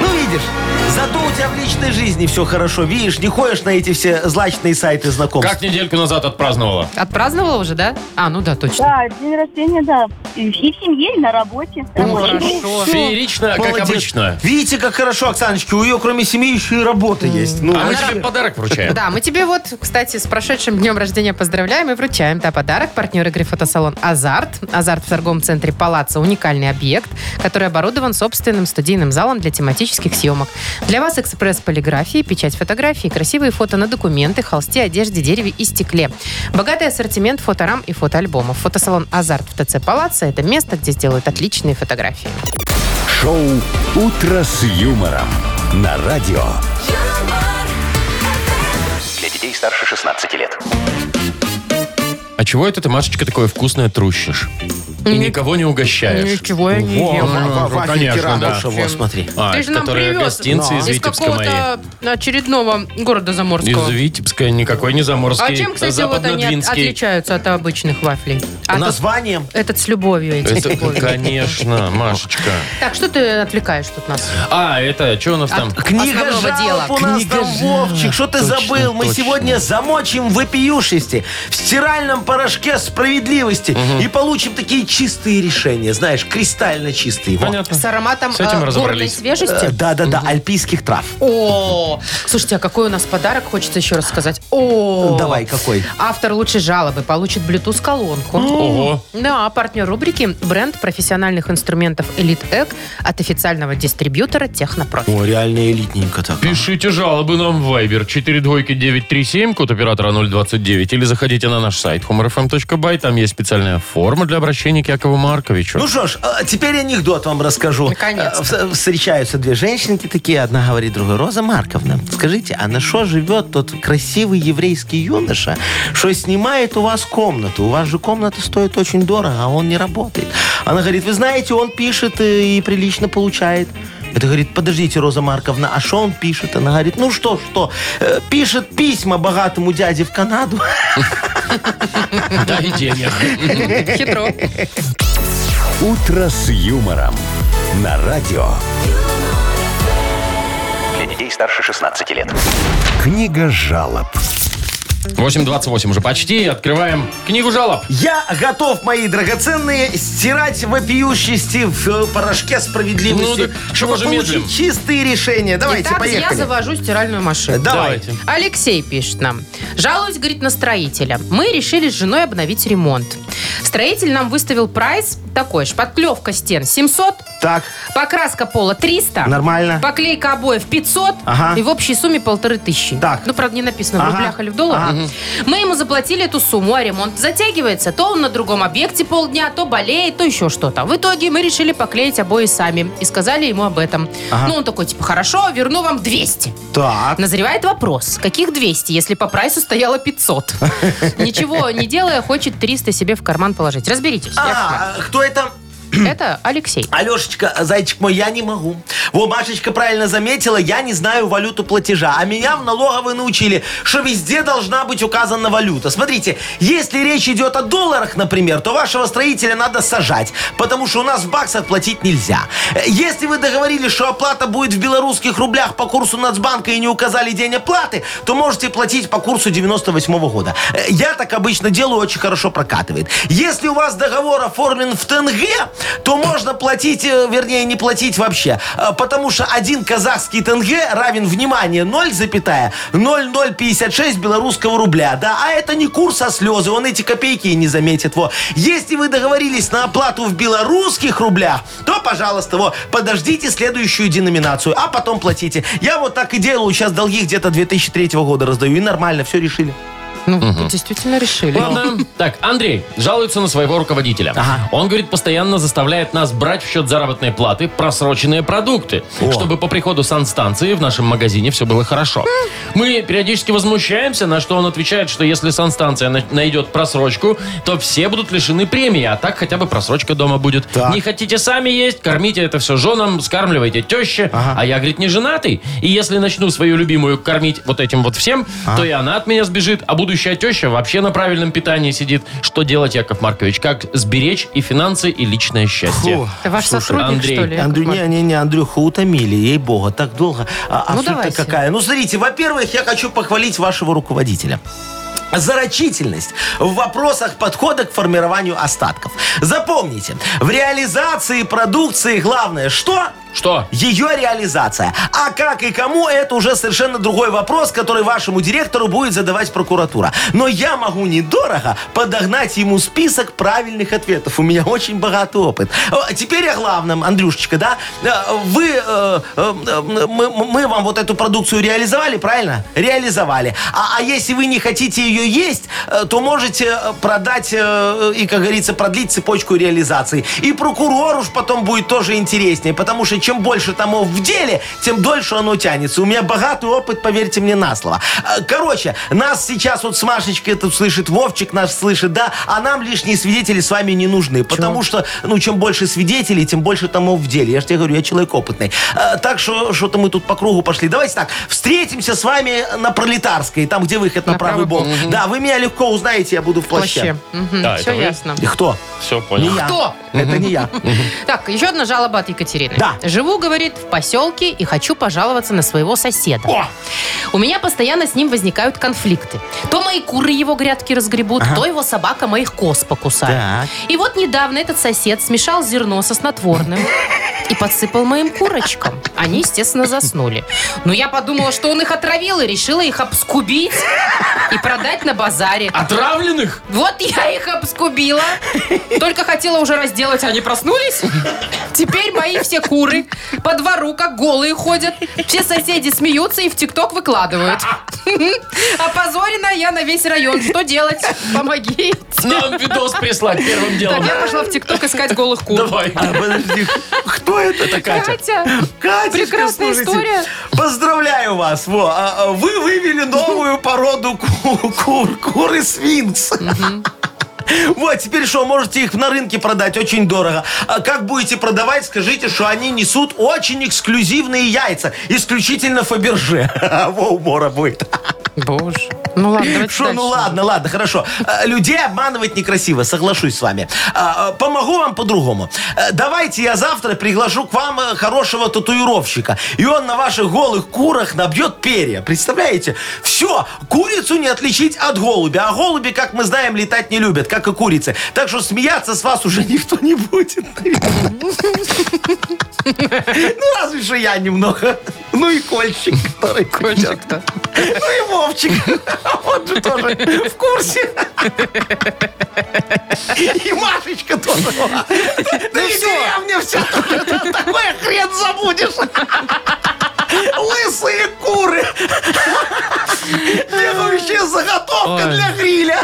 Ну, видишь, зато у тебя в личной жизни все хорошо. Видишь, не ходишь на эти все злачные сайты знакомств. Как недельку назад отпраздновала? отпраздновала уже, да? А, ну да, точно. Да, день рождения, да. И в семье, и на работе. Рабочий день. Ну, хорошо. Феерично, А, как Молодец. обычно. Видите, как хорошо, Оксаночка, у ее кроме семьи еще и работа есть. Ну, А мы вообще. тебе подарок вручаем. Да, мы тебе вот, кстати, с прошедшим днем рождения поздравляем и вручаем да, подарок. Партнер игры фотосалон «Азарт». «Азарт» в торговом центре «Палаца» – уникальный объект, который оборудован собственным студийным залом для тематических съемок. Для вас экспресс полиграфии, печать фотографий, красивые фото на документы, холсте, одежде, дереве и стекле. Богатый ассортимент фоторам и фотоальбомов. Фотосалон «Азарт» в ТЦ «Палаца» – это место, где сделают отличные фотографии. Шоу «Утро с юмором» на радио. юмор, Для детей старше 16 лет. А чего это ты, Машечка, такое вкусное трущишь? И никого не угощаешь? Ничего я не Во, ела. во, во, во, Конечно, да. Тирануша, во, смотри. А, Ты это же нам которые привез. гостинцы из из Витебска мои. какого-то очередного города Из Заморского. Витебска никакой не заморский. А чем, кстати, вот они от- западнодвинский. отличаются от обычных вафлей? А тут Названием. этот с любовью, эти с Это, любовью. конечно, Машечка. Так, что ты отвлекаешь тут нас? А, это, что у нас там? Книга Основного жалоб дела. у нас Книга там, жалоб. Вовчик, что ты Точно, забыл? Мы точно. сегодня замочим вопиюшести в стиральном порошке справедливости и получим такие чистые решения, знаешь, кристально чистые. Во. Понятно. С ароматом С этим э, горной разобрались. Э, свежести? Да-да-да, альпийских трав. О, слушайте, а какой у нас подарок, хочется еще раз сказать. О, Давай, какой? Автор лучшей жалобы получит Bluetooth-колонку. Ого. Да, партнер рубрики – бренд профессиональных инструментов Elite Egg от официального [LAUGHS] дистрибьютора Технопрофи. О, реально элитненько так. Пишите жалобы нам в Viber 42937, код оператора 029, или заходите на наш сайт humorfm.by, там есть специальная форма для обращения к Якову Марковичу. Ну что ж, э, теперь анекдот вам расскажу. Наконец-то. Э, вс- Встречаются две женщинки такие, одна говорит другой, Роза Марковна, скажите, а на что живет тот красивый еврейский юноша, что снимает у вас комнату? У вас же комната стоит очень дорого, а он не работает. Она говорит, вы знаете, он пишет э, и прилично получает. Это говорит, подождите, Роза Марковна, а что он пишет? Она говорит, ну что, что, э, пишет письма богатому дяде в Канаду. [LAUGHS] да, и денег. Хитро. «Утро с юмором» на радио. Для детей старше 16 лет. Книга жалоб. 8.28 уже почти, открываем книгу жалоб. Я готов, мои драгоценные, стирать вопиющести в э, порошке справедливости. Ну так чего чтобы же получить медлим? чистые решения. Давайте, Итак, я поехали. завожу стиральную машину. Давайте. Алексей пишет нам. Жалуюсь, говорит, на строителя. Мы решили с женой обновить ремонт. Строитель нам выставил прайс такой же. Подклевка стен 700, Так, покраска пола 300. Нормально. Поклейка обоев 500. Ага. И в общей сумме полторы тысячи. Так. Ну, правда, не написано в Ага. рублях или в долларах. Ага. Мы ему заплатили эту сумму, а ремонт затягивается. То он на другом объекте полдня, то болеет, то еще что-то. В итоге мы решили поклеить обои сами. И сказали ему об этом. Ага. Ну, он такой, типа, хорошо, верну вам 200. так. Назревает вопрос, каких 200, если по прайсу стояло [LAUGHS] 500? Ничего не делая, хочет 300 себе в карман положить. Разберитесь. Яков А, кто это? Маркович. Это Алексей. Алешечка, зайчик мой, я не могу. Во, Машечка правильно заметила, я не знаю валюту платежа. А меня в налоговой научили, что везде должна быть указана валюта. Смотрите, если речь идет о долларах, например, то вашего строителя надо сажать, потому что у нас в баксах платить нельзя. Э, Если вы договорились, что оплата будет в белорусских рублях по курсу Нацбанка и не указали день оплаты, то можете платить по курсу 98 года. Э, Я так обычно делаю, очень хорошо прокатывает. Если у вас договор оформлен в тенге, то можно платить, э, вернее, не платить вообще, э, потому что один казахский тенге равен, внимание, 0,0056 белорусского рубля, да, а это не курс, а слезы, он эти копейки и не заметит, во. Если вы договорились на оплату в белорусских рублях, то, пожалуйста, во, подождите следующую деноминацию, а потом платите. Я вот так и делаю, сейчас долги где-то 2003 года раздаю, и нормально, все решили. Ну, действительно решили. Ладно. Так, Андрей жалуется на своего руководителя. Ага. Он, говорит, постоянно заставляет нас брать в счет заработной платы просроченные продукты, О. чтобы по приходу санстанции в нашем магазине все было хорошо. Мы периодически возмущаемся, на что он отвечает, что если санстанция на- найдет просрочку, то все будут лишены премии, а так хотя бы просрочка дома будет. Так. Не хотите сами есть, кормите это все женам, скармливайте теще. Ага. А я, говорит, не женатый. И если начну свою любимую кормить вот этим вот всем, то и она от меня сбежит, а будущая теща вообще на правильном питании сидит. Что делать, Яков Маркович? Как сберечь и финансы, и личное счастье? Фу. Это ваш Слушай, сотрудник, Андрей, что ли? Яков Андрю, не, Маркович? не, не, Андрюха, утомили, ей-богу, так долго. А, а Ну, суть-то давайте. какая? Ну, смотрите, во-первых, я хочу похвалить вашего руководителя. За рачительность в вопросах подхода к формированию остатков. Запомните, в реализации продукции главное что? Что? Ее реализация. А как и кому, это уже совершенно другой вопрос, который вашему директору будет задавать прокуратура. Но я могу недорого подогнать ему список правильных ответов. У меня очень богатый опыт. О, Теперь о главном, Андрюшечка, да? Э, Вы, э, э, э, мы, мы вам вот эту продукцию реализовали, правильно? Реализовали. А, а если вы не хотите ее есть, э, то можете э, продать э, и, как говорится, продлить цепочку реализации. И прокурор уж потом будет тоже интереснее, потому что чем больше томов в деле, тем дольше оно тянется. У меня богатый опыт, поверьте мне на слово. Э, Короче, нас сейчас вот с Машечкой тут слышит, Вовчик нас слышит, да, а нам лишние свидетели с вами не нужны, потому что, ну, чем больше свидетелей, тем больше томов в деле. Я же тебе говорю, я человек опытный. Э, Так что что-то мы тут по кругу пошли. Давайте так, встретимся с вами на Пролетарской, там, где выход на, На правый правый бок. Да, вы меня легко узнаете, я буду в плаще. Вообще. Мгм, Да, это Все вы. ясно. [LAUGHS] И кто? Все, Не понял. я. Кто? Это не я. Так, еще одна жалоба от Екатерины. Да. Живу, говорит, в поселке и хочу пожаловаться на своего соседа. У меня постоянно с ним возникают конфликты. То мои куры его грядки разгребут, то его собака моих коз покусает. И вот недавно этот сосед смешал зерно со снотворным. И подсыпал моим курочкам. Они, естественно, заснули. Но я подумала, что он их отравил и решила их обскубить и продать на базаре. Отравленных? Вот я их обскубила. Только хотела уже разделать, они проснулись. Теперь мои все куры по двору как голые ходят. Все соседи смеются и в ТикТок выкладывают. Опозорена я на весь район. Что делать? Помоги. Нам видос прислать первым Так, делом. я пошла в ТикТок искать голых кур. Давай. А, подожди, кто это? Катя. Катюшка, Прекрасная слушайте, история. Поздравляю вас. Во, а, а, вы вывели новую породу ку- кур, куры свинкс. Вот, теперь что, можете их на рынке продать очень дорого. А как будете продавать, скажите, что они несут очень эксклюзивные яйца. Исключительно Фаберже. [LAUGHS] Во, умора будет. Боже. Ну ладно, давайте Что, ну дальше. ладно, ладно, хорошо. Э, Людей обманывать некрасиво, соглашусь с вами. А, э, Помогу вам по-другому. Э, Давайте я завтра приглашу к вам э, хорошего татуировщика. И он на ваших голых курах набьет перья. Представляете? Все, курицу не отличить от голубя. А голуби, как мы знаем, летать не любят, как и курицы. Так что смеяться с вас уже [LAUGHS] никто не будет. [LAUGHS] Ну, разве что я немного. [LAUGHS] Ну и кольчик, который кольчик. Мальчик-то. Ну и Вовчик. [LAUGHS] Он же тоже в курсе. И Машечка тоже. была. Да и деревня вся. Такой хрен забудешь. Лысые куры. Бегающая заготовка Ой. для гриля.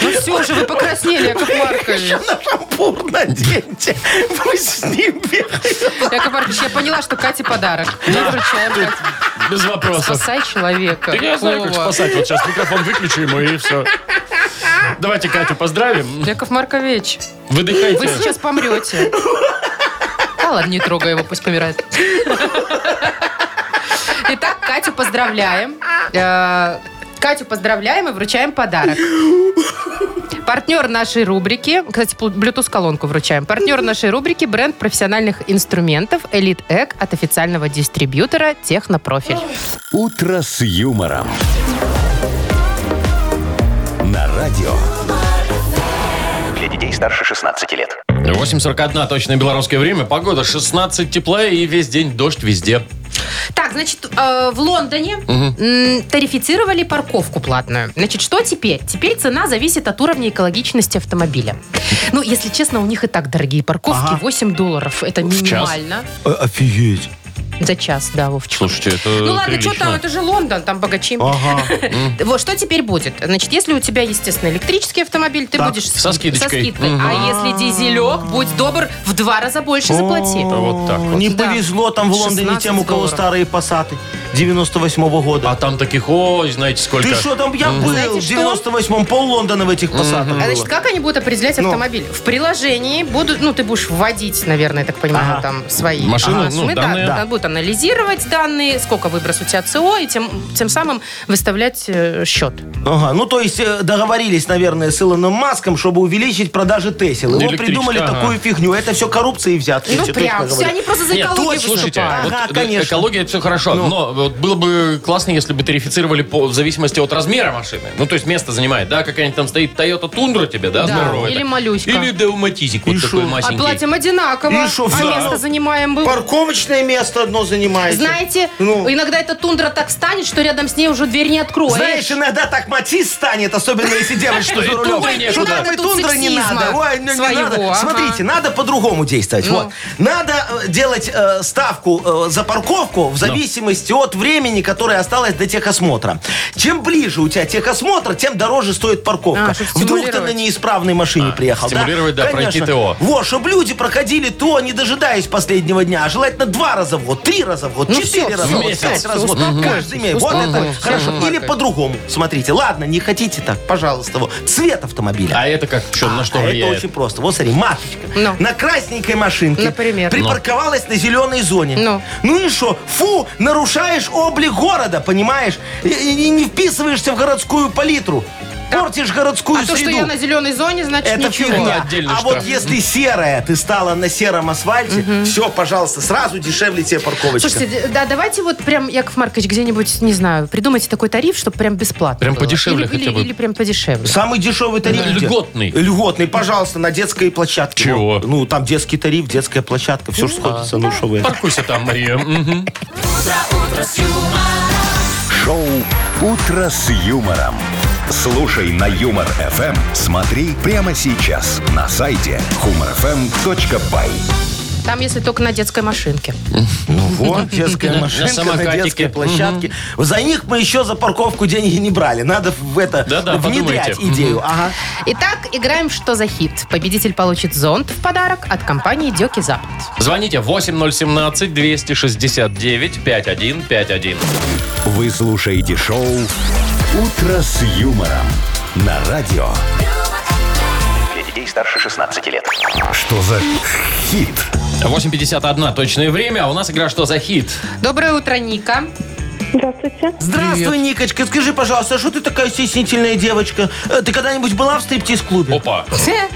Ну все же, вы покраснели, Яков Маркович. Еще на шампур наденьте. Пусть с ним бегает. Яков Маркович, я поняла, что Кате подарок. Мы вручаем Кате. Без вопросов. Спасай человека. Так я знаю, как Вова. спасать. Вот сейчас микрофон выключим и все. Давайте Катю поздравим. Яков Маркович, Выдыхайте. [LAUGHS] вы сейчас помрете. А ладно, не трогай его, пусть помирает. Итак, Катю поздравляем. Э, Катю поздравляем и вручаем подарок. Партнер нашей рубрики, кстати, Bluetooth-колонку вручаем. Партнер нашей рубрики бренд профессиональных инструментов Elite Эк от официального дистрибьютора Технопрофиль. «Утро с юмором». На радио. Для детей старше 16 лет. 8.41 точное белорусское время. Погода 16 тепла и весь день дождь везде. Так, значит, э, в Лондоне м, тарифицировали парковку платную. Значит, что теперь? Теперь цена зависит от уровня экологичности автомобиля. Ну, если честно, у них и так дорогие парковки. 8 долларов. Это час? минимально. Офигеть. За час, да, Вовчик. Слушайте, это Ну ладно, прилично. что там, это же Лондон, там богачи. [LAUGHS] Вот что теперь будет? Значит, если у тебя, естественно, электрический автомобиль, ты Так, будешь с- со скидочкой. скидкой. Мгм. А если дизелек, будь добр, в два раза больше заплати. Это вот так вот. Не Да. повезло там в Лондоне 16 тем, у кого долларов. старые пассаты 98-го года. А там таких, ой, знаете, сколько. Ты что там, я был Знаете в что? 98-м, пол Лондона в этих пассатах А было. значит, как они будут определять Ну. автомобиль? В приложении будут, ну, ты будешь вводить, наверное, я так понимаю, Ага. там свои Машину, а, ну, суммы, да, данные. да, будут анализировать данные, сколько выброс у тебя ЦО, и тем, тем самым выставлять э, счет. Ага, ну то есть э, договорились, наверное, с Илоном Маском, чтобы увеличить продажи Тесел. Его Электричка, придумали ага. такую фигню. Это все коррупции и взятки. я ну, тебе прям, точно все, говорю. они просто за Нет, экологию точно, слушайте, выступают. вот Ага, э, конечно. Ну. экология это все хорошо, но вот было бы классно, если бы тарифицировали по, в зависимости от размера машины. Ну, то есть место занимает, да, какая-нибудь там стоит Toyota Tundra тебе, да, Да, здоровая или так. малюська. Или Деуматизик И вот шо? такой А А масенький. платим одинаково, И шо, а да. место занимаем мы. Парковочное место одно занимаете. Знаете, Ну. иногда эта тундра так станет, что рядом с ней уже дверь не откроешь. Знаешь, иногда так матис станет, особенно если [LAUGHS] девочка за И рулем. тундры некуда. Что там Надо и тут тундра не сексизма надо. Ой, ну, не своего, надо. ага. Смотрите, надо по-другому действовать. Ну. Вот. Надо э, делать э, ставку э, за парковку Ну. в зависимости от времени, которое осталось до техосмотра. Чем ближе у тебя техосмотр, тем дороже стоит А, парковка. чтобы Вдруг ты на стимулировать. А, неисправной машине приехал. стимулировать, да, Конечно. пройти ТО. Во, чтобы люди проходили ТО, не дожидаясь последнего дня, а желательно два раза в год, три раза в год, Ну четыре всё, раза всё, в год, всё, пять всё, раз в год. успокойтесь, Каждый имеет. Вот это успокойтесь, хорошо. Яков Или Маркович. по-другому. Смотрите, ладно, не хотите так, пожалуйста. вот. Цвет автомобиля. А это как, чё, на что А Это влияет? очень просто. Вот смотри, Машечка Ну. на красненькой машинке Например. припарковалась на зеленой зоне. Ну. Ну и что? Фу, нарушаешь облик города, понимаешь? И, и не вписываешься в городскую палитру. Портишь городскую а то, что среду. я на зеленой зоне, значит Это ничего. Да, фигня. отдельный а штраф. вот если серая, ты стала на сером асфальте, все, пожалуйста, сразу дешевле тебе парковочка. Слушайте, да, давайте вот прям, Яков Маркович, где-нибудь, не знаю, придумайте такой тариф, чтобы прям бесплатно Прям было. подешевле или, хотя или- бы. Или прям подешевле. Самый дешевый тариф. Да. где? Льготный. Льготный, пожалуйста, на детской площадке. Чего? Вот. Ну, там детский тариф, детская площадка, все что сходится, ну что вы. Паркуйся там, Мария. Мгм. Шоу «Утро с юмором». Слушай на Юмор ФМ. Смотри прямо сейчас на сайте humorfm.by. Там, если только на детской машинке. Ну вот, детская На машинка на, самокатике. детской площадке. За них мы еще за парковку деньги не брали. Надо в это Да-да, внедрять подумайте. идею. Ага. Итак, играем «Что за хит?». Победитель получит зонт в подарок от компании «Деки Запад». Звоните 8017-269-5151. Вы слушаете шоу «Утро с юмором» на радио. Для детей старше 16 лет. Что за хит? 8.51 точное время, а у нас игра «Что за хит?». Доброе утро, Ника. Здравствуйте. Здравствуй, Никочка. Скажи, пожалуйста, а что ты такая стеснительная девочка? Э, Ты когда-нибудь была в стриптиз-клубе? Опа. Хе,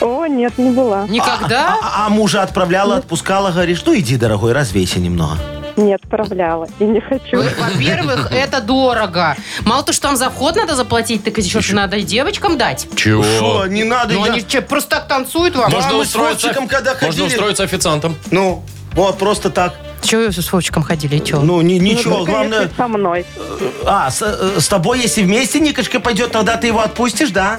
О, нет, не была. Никогда? А, а мужа отправляла, отпускала, говоришь, ну иди, дорогой, развейся немного. Не отправляла и не хочу. Ну, Во-первых, это дорого. Мало то, что там за вход надо заплатить, так еще что надо и девочкам дать. Что, не надо, Ну, я- они че, просто так танцуют вам? Да. Можно мы с устроиться, Вовчиком когда можно ходили. устроиться официантом. Ну, вот просто так. Чего вы с Вовчиком ходили, и чего? Ну, ни- Ну, ничего, только главное... если со мной. А, с, э, с тобой, если вместе Никочка пойдет, тогда ты его отпустишь, да?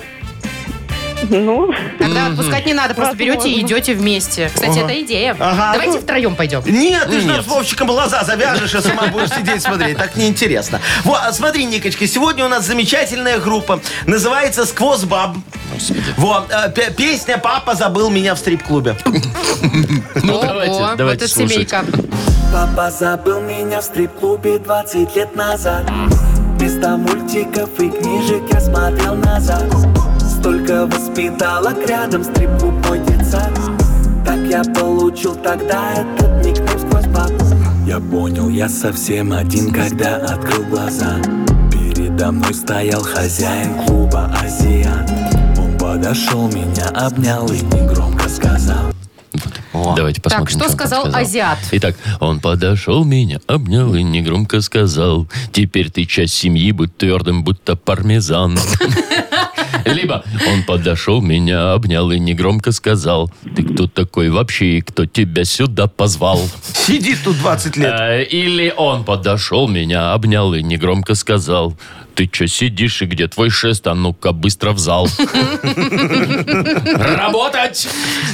Ну, Тогда отпускать не надо, просто берете и идете вместе. Кстати, Ага. это идея. Ага. Давайте втроем пойдем. Нет, ты же Нет. нам с Вовчиком глаза завяжешь, а сама будешь сидеть смотреть. Так неинтересно. Вот, а смотри, Никочка, сегодня у нас замечательная группа. Называется «Сквозь баб». Вот, э, пе- песня «Папа забыл меня в стрип-клубе». Ну, Ого, давайте, вот давайте это слушать. семейка. Папа забыл меня в стрип-клубе 20 лет назад Вместо мультиков и книжек я смотрел назад Столько воспиталок рядом стрип-клуб мой детсад Так я получил тогда этот никнейм сквозь бабу Я понял, я совсем один, когда открыл глаза Передо мной стоял хозяин клуба «Азиат» Он подошел, меня обнял и негромко сказал Давайте посмотрим. Так, что он там сказал азиат? Итак, он подошел меня, обнял и негромко сказал, «Теперь ты часть семьи, будь твердым, будто [LAUGHS] пармезан». Либо он подошел, меня обнял и негромко сказал, «Ты кто такой вообще и кто тебя сюда позвал?» Сидит тут 20 лет. Э, Или он подошел, меня обнял и негромко сказал, «Ты че сидишь и где твой шест? А ну-ка быстро в зал». Работать!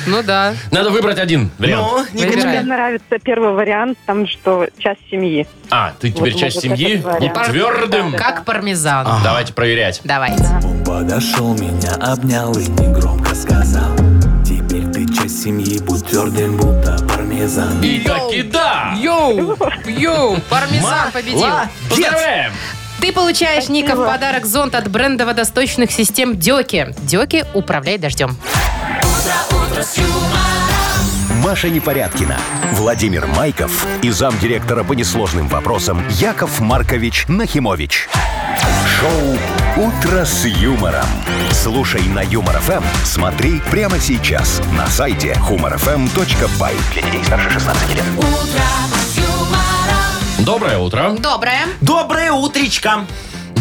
Ну да. Надо выбрать один вариант. Ну, Выбирай. Мне нравится первый вариант, там, что часть семьи. А, ты теперь Вот- часть вот семьи? этот вариант. Будь твердым. Как пармезан. Давайте проверять. Давайте. Он подошел, меня обнял и негромко сказал Теперь ты часть семьи, будь твердым, будто пармезан И таки да! Йоу! Йоу! Пармезан победил. Поздравляем! Ты получаешь, Ника, в подарок зонт от бренда водосточных систем Дёки. Дёки, управляй дождем. Маша Непорядкина, Владимир Майков и замдиректора по несложным вопросам Яков Маркович Нахимович. Шоу «Утро с юмором». Слушай на Юмор ФМ, смотри прямо сейчас на сайте humorfm.by. Для детей старше 16 лет. Доброе утро. Доброе. Доброе утречко.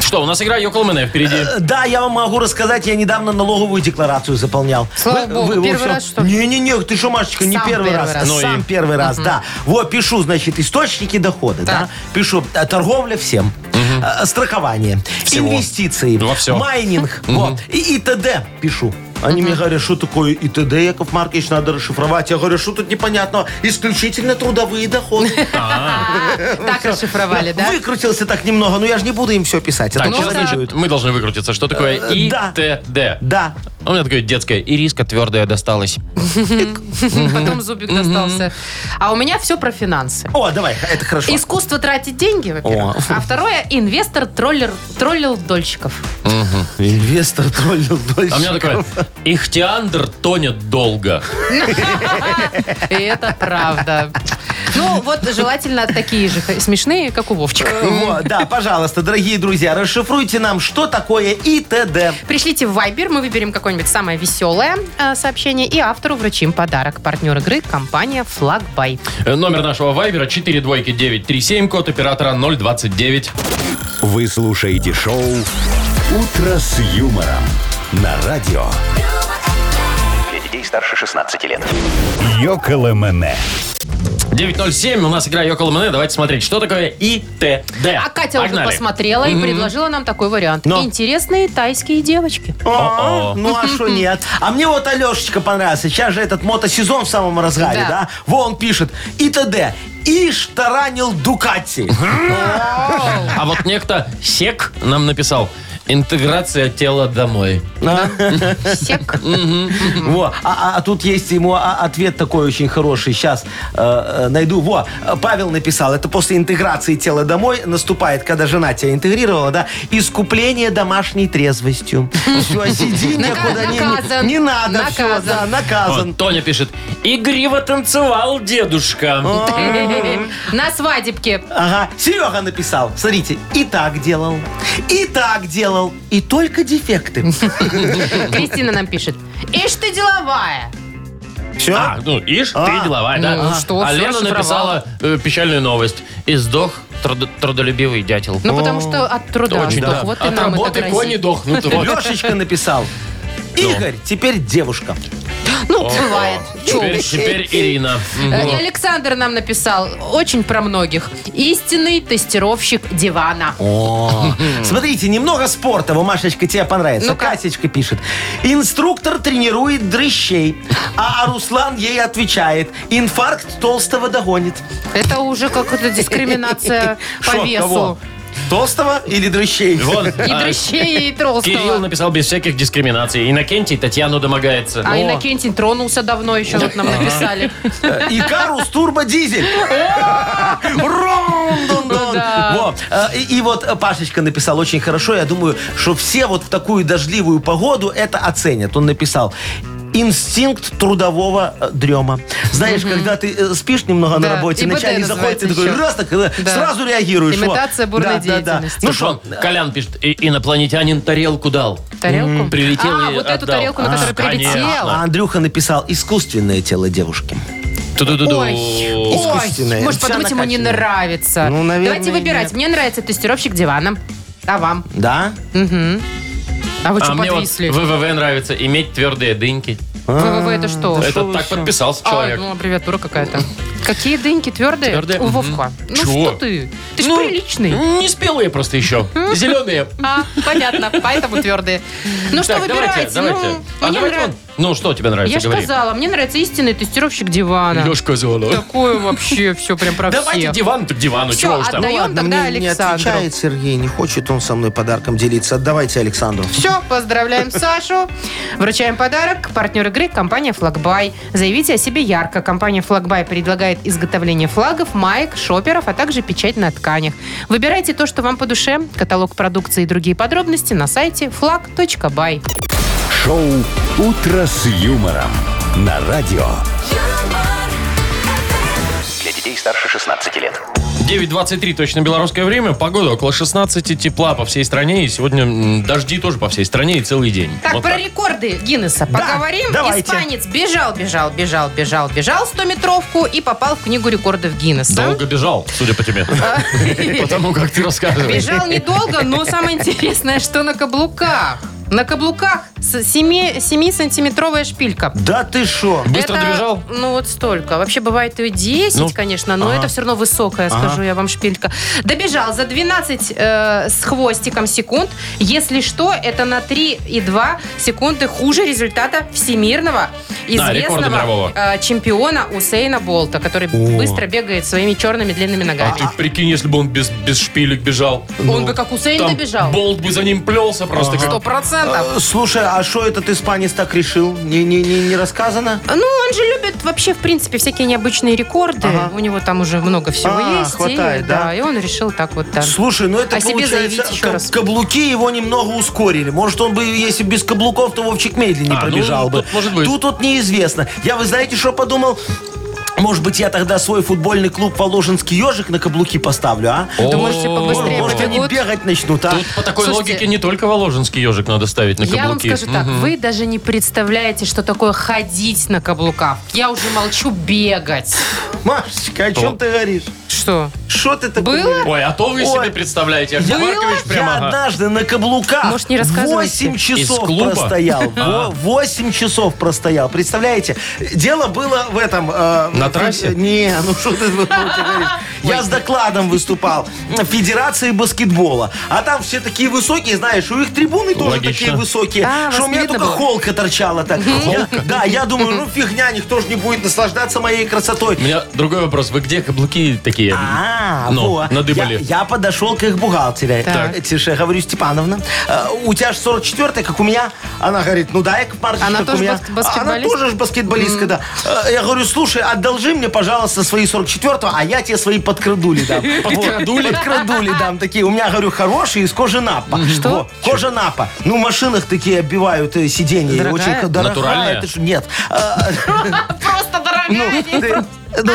Что, у нас игра Йоколмене впереди. Э, Да, я вам могу рассказать, я недавно налоговую декларацию заполнял. Слава богу, первый раз, что ли? Не-не-не, ты что, Машечка, не Сам первый первый раз. а раз. Ну Сам и? первый раз, да. Вот, пишу, значит, источники Так. дохода, да. Пишу э, торговля всем, э, страхование, Всего. инвестиции, Ну, Во всем. майнинг, во, и и т.д. пишу. Они мне говорят, что такое ИТД, Яков Маркович, надо расшифровать. Я говорю, что тут непонятно? Исключительно трудовые [LAUGHS] доходы. Ну, Так расшифровали, да? Выкрутился так немного, но я же не буду им все писать. это Так, что не значит, следует. мы должны выкрутиться. Что такое Э, да. ИТД? Да, У меня такое детское. Ириска твердая досталась. Потом зубик достался. А у меня все про финансы. О, давай, это хорошо. Искусство тратить деньги, во-первых. А второе, инвестор троллер, троллил дольщиков. Инвестор троллил А у меня [LAUGHS] такое. Ихтиандр тонет долго. И это правда. Ну, вот желательно такие же х- смешные, как у Вовчика. Вот, да, пожалуйста, дорогие друзья, расшифруйте нам, что такое ИТД. Пришлите в Viber, мы выберем какое-нибудь самое веселое э, сообщение и автору вручим подарок. Партнер игры – компания «Флагбай». Э, Номер нашего вайбера 42937, код оператора 029. Вы слушаете шоу «Утро с юмором» на радио Для детей старше 16 лет. «Йоколэмэне». 907, у нас игра Йоколмене. Давайте смотреть, что такое ИТД. А Катя Погнали. уже посмотрела и предложила нам такой вариант. Но. Интересные тайские девочки. О, Ну а что нет? А мне вот Алешечка понравился. Сейчас же этот мотосезон в самом разгаре, Да. да? Во, он пишет. ИТД. Ишь таранил Дукати. А вот некто Сек нам написал. Интеграция тела домой. Сек. Во. А, а- а тут есть ему а, ответ такой очень хороший. Сейчас найду. Во, э, Павел написал. Это после интеграции тела домой наступает, когда жена тебя интегрировала, да? Искупление домашней трезвостью. [LAUGHS] Все, сиди некуда. не- наказан. Не не надо. Все, Наказан. да, наказан. Вот, Тоня пишет. Игриво танцевал дедушка. На свадебке. Ага, Серега написал. Смотрите, и так делал, и так делал, и только дефекты. Кристина нам пишет. Ишь ты деловая. Все? А, ну, ишь, А. ты деловая, да? Ну, что, а всё Лена расшифровала. написала э, печальную новость. И сдох трудо- трудолюбивый дятел. Ну, потому что от труда. Очень, сдох. да. Вот и А От нам это работы кони [LAUGHS] грозит. дохнут. Вот. Ну. Лешечка написал. Игорь, теперь девушка. Ну, бывает. Чё Теперь, уж. [LAUGHS] теперь Ирина. Э, Мгм. и Александр нам написал, очень про многих. Истинный тестировщик дивана. [LAUGHS] Смотрите, немного спорта. Во, Машечка, тебе понравится. Ну-ка. Катечка пишет. Инструктор тренирует дрыщей, а Руслан ей отвечает. Инфаркт толстого догонит. Это уже какая-то [LAUGHS] дискриминация Шо, по весу. кого? Толстого или дрыщей? Вот. И а, дрыщей, и Кирилл толстого. А написал без всяких дискриминаций. Иннокентий Татьяну домогается. Ну, А Иннокентий тронулся давно еще, вот нам написали. И Карус турбодизель. Ром-дон-дон. Да. Во. Э, И и вот э, Пашечка написал очень хорошо. Я думаю, что все вот в такую дождливую погоду это оценят. Он написал. Инстинкт трудового э, дрема. Знаешь, когда ты э, спишь немного Да, на работе, ИБД начальник заходит, ты называется такой еще. раз так э, Да. сразу реагируешь. во. Имитация бурной деятельности. Ну Так что, вон, Колян пишет, «И- инопланетянин тарелку дал. Тарелку? Прилетел а, и вот эту отдал. тарелку, на А, которой конечно. прилетел. а Андрюха написал искусственное тело девушки. Ту-ду-ду-ду. Ой, Искусственная. ой, может Вся подумать, ему не накачанная. нравится. Ну, наверное, Давайте выбирать. нет. Мне нравится тестировщик дивана. А вам? Да? А вы А что мне вот подвисли? ВВВ нравится иметь твердые дыньки. ВВВ это Ну что? Это вы так всё. подписался А, человек. ну, аббревиатура какая-то. Какие дыньки твердые? Твердые? У Вовка. Ну Чего? что ты? Ты ж Ну, приличный. Не спелые просто еще. Зеленые. А, понятно, поэтому твердые. Ну что Так, выбирайте? давайте, давайте. Ну, А мне давайте нрав- вон. Ну, что тебе нравится? Я же Говори. сказала, мне нравится истинный тестировщик дивана. Я ж сказала. Такое вообще все прям про Давайте всех. диван, так дивану. Всё, Чего уж там. отдай. Даем тогда мне не Александру. отвечает Сергей, не хочет он со мной подарком делиться. Отдавайте Александру. Все, поздравляем Сашу. Вручаем подарок. Партнер игры – компания «Флагбай». Заявите о себе ярко. Компания «Флагбай» предлагает изготовление флагов, маек, шоперов, а также печать на тканях. Выбирайте то, что вам по душе. Каталог продукции и другие подробности на сайте флаг.бай. Шоу «Утро с юмором» на радио. Для детей старше 16 лет. 9.23 точно белорусское время. Погода около 16 тепла по всей стране. И сегодня м, дожди тоже по всей стране и целый день. Так, Вот про так. рекорды Гиннесса поговорим. давайте. Испанец бежал, бежал, бежал, бежал, бежал 100-метровку и попал в книгу рекордов Гиннесса. А, Долго бежал, судя по тебе. Потому как ты рассказываешь. Бежал недолго, но самое интересное, что на каблуках. На каблуках 7-сантиметровая шпилька. Да ты шо? Быстро Это, добежал? Ну, вот столько. Вообще бывает и 10, Ну, конечно, но это все равно высокая, скажу я вам, шпилька. Добежал за 12 э, с хвостиком секунд. Если что, это на 3,2 секунды хуже результата всемирного рекорда известного мирового. э, чемпиона Усейна Болта, который быстро бегает своими черными длинными А ногами. ты прикинь, если бы он без, без шпилек бежал. Ну, Он бы как Усейн Там добежал. болт бы за ним плелся просто. как- Сто процентов. Э, Слушай, а что этот испанец так решил? Не, не, не, не рассказано? Ну, он же любит вообще, в принципе, всякие необычные рекорды. У него там уже много всего А, есть. хватает, и, да? И он решил так вот да. Слушай, ну это О себе получается, заявить еще каб- раз. каблуки его немного ускорили. Может, он бы, если без каблуков, то Вовчик медленнее А, ну, пробежал бы. тут может быть. Тут вот неизвестно. Я, вы знаете, что подумал? Может быть, я тогда свой футбольный клуб «Воложенский ежик» на каблуки поставлю, а? О, Думаете, побыстрее Может, они побегут? бегать начнут, а? Тут по такой Слушайте, логике не только Воложенский ежик надо ставить на каблуки. Я вам скажу так, Мгм. вы даже не представляете, что такое ходить на каблуках. Я уже молчу бегать. Машечка, о чем ты говоришь? Что? Что ты такое? Было? Ой, а то вы Ой. себе представляете. Яков Я- Маркович прямо... Я ага. однажды на каблуках Может, не рассказывайте? 8 часов Из клуба? А. простоял. Во- 8 часов простоял. Представляете? Дело было в этом... э, На в- трассе? Не, ну что ты вот это говоришь. Я с докладом выступал в Федерации баскетбола. А там все такие высокие, знаешь, у их трибуны тоже Логично. такие высокие, А, вас что у меня видно только было? холка торчала так. Я- Да, я думаю, ну фигня, никто же не будет наслаждаться моей красотой. У меня другой вопрос. Вы где каблуки такие? А, Ну, во. надыбали. Я, я подошел к их бухгалтере. Так. Э, Тише, говорю, Степановна, э, у тебя же 44 как у меня. Она говорит, ну да, я Маркович, Она как тоже у меня. А, бас- баскетболист? Она тоже ж баскетболистка, да. Э, Я говорю, слушай, одолжи мне, пожалуйста, свои 44 а я тебе свои подкрадули [LAUGHS] дам. Подкрадули? Подкрадули дам такие. У меня, говорю, хорошие из кожи напа. Что? Во, Кожа напа. Ну, в машинах такие оббивают э, сиденья. Дорогая? Очень х- дорогая. Натуральная? Ты ж- Нет. Э, Просто ну, дорогая. ты- [LAUGHS] ну,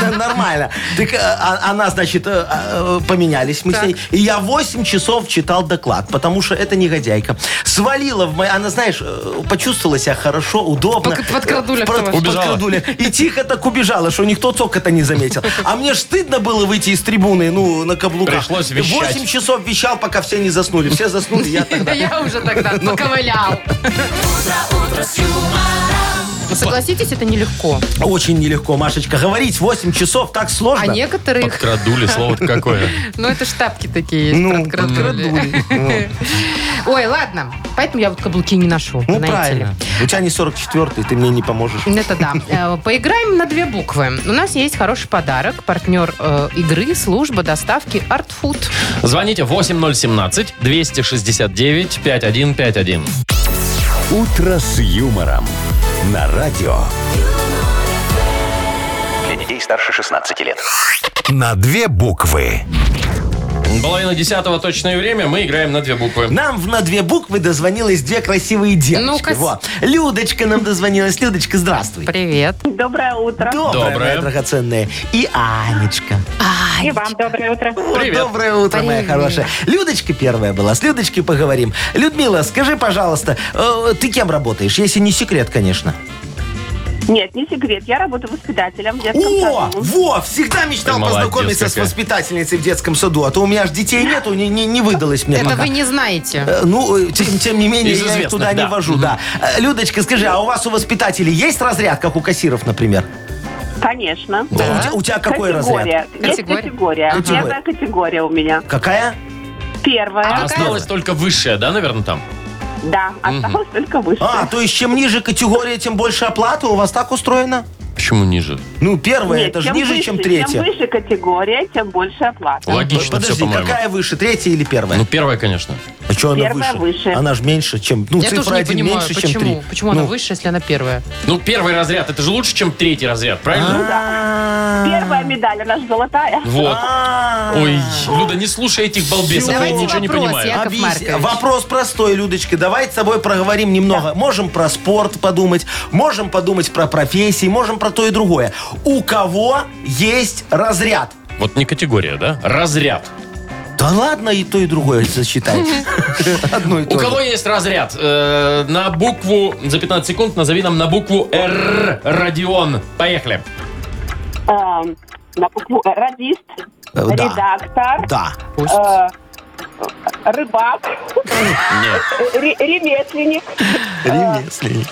да, нормально. Так э, а- она, значит, э, э, поменялись мы с ней. И я 8 часов читал доклад, потому что это негодяйка. Свалила в моей... Она, знаешь, э, почувствовала себя хорошо, удобно. Под- под крадулях Под- у вас. под Убежала. крадулях. И тихо так убежала, что никто цокота не заметил. А мне ж стыдно было выйти из трибуны, ну, на каблуках. Пришлось вещать. 8 часов вещал, пока все не заснули. Все заснули, я тогда... Я уже тогда Ну. поковылял. Согласитесь, это нелегко. Очень нелегко, Машечка. Говорить 8 часов так А сложно. некоторых Подкрадули, слово-то какое. Ну, это штапки такие есть. Ну, подкрадули. [LAUGHS] Ой, ладно. Поэтому я вот каблуки не ношу. Ну, знаете правильно. У тебя не 44-й, ты мне не поможешь. ли. Это [LAUGHS] да. Э, Поиграем на две буквы. У нас есть хороший подарок. Партнер э, игры, служба доставки Art Food. Звоните 8017-269-5151. «Утро с юмором» на радио. Для детей старше 16 лет. На две буквы. Половина десятого точное время. Мы играем на две буквы. Нам в на две буквы дозвонилось две красивые девочки. Ну-ка. Во. Людочка нам дозвонилась. Людочка, здравствуй. Привет. Доброе утро. Доброе, Доброе. моя драгоценная. И Анечка. И вам доброе утро. Вот, Привет. доброе утро, моя Привет. хорошая. Людочка первая была. С Людочкой поговорим. Людмила, скажи, пожалуйста, э, ты кем работаешь? Если не секрет, конечно. Нет, не секрет. Я работаю воспитателем в детском О, саду. во, всегда мечтал Ты молодец познакомиться с какая. воспитательницей в детском саду, а то у меня аж детей нету, не, не, не выдалось мне Это пока. вы не знаете. Э, Ну, э, тем, тем не менее, Из я их известных, туда да. не вожу, да. Э, Людочка, скажи, а у вас у воспитателей есть разряд, как у кассиров, например? Конечно. У, тебя, у тебя какой разряд? категория. Есть Категория. категория. Категория. Первая категория у меня. Какая? Первая. А, Осталась только высшая, да, наверное, там? Да, осталось только выше. А, то есть чем ниже категория, тем больше оплата у вас так устроено? Почему ниже? Ну, первая, Нет, это же чем ниже, выше, чем третья. Чем выше категория, тем больше оплата. Логично все, Подожди, по-моему. какая выше, третья или первая? Ну, первая, конечно. а что она первая выше? выше. Она же меньше, чем... Ну, Я цифра тоже не один понимаю, меньше, чем почему. три. Ну. Почему она выше, если она первая? Ну, первый разряд, это же лучше, чем третий разряд, А? правильно? Ну Первая медаль, она же золотая. Вот. А. Ой, Люда, не слушай этих балбесов, Давайте я ничего не вопрос, понимаю. я- Яков Объяс- Маркович. Вопрос простой, Людочка. Давай с тобой проговорим немного. Можем про спорт подумать, можем подумать про профессии, можем про то и другое. У кого есть разряд? Вот не категория, да? Разряд. Да ладно, и то, и другое сосчитай. Одно и то У же. кого есть разряд? Э, на букву, за 15 секунд назови нам на букву Р. Родион. Поехали. Эм, на букву «Р». Радист, Э, да. редактор, Да. э, рыбак, Нет. э, ре- ремесленник, Ремесленник.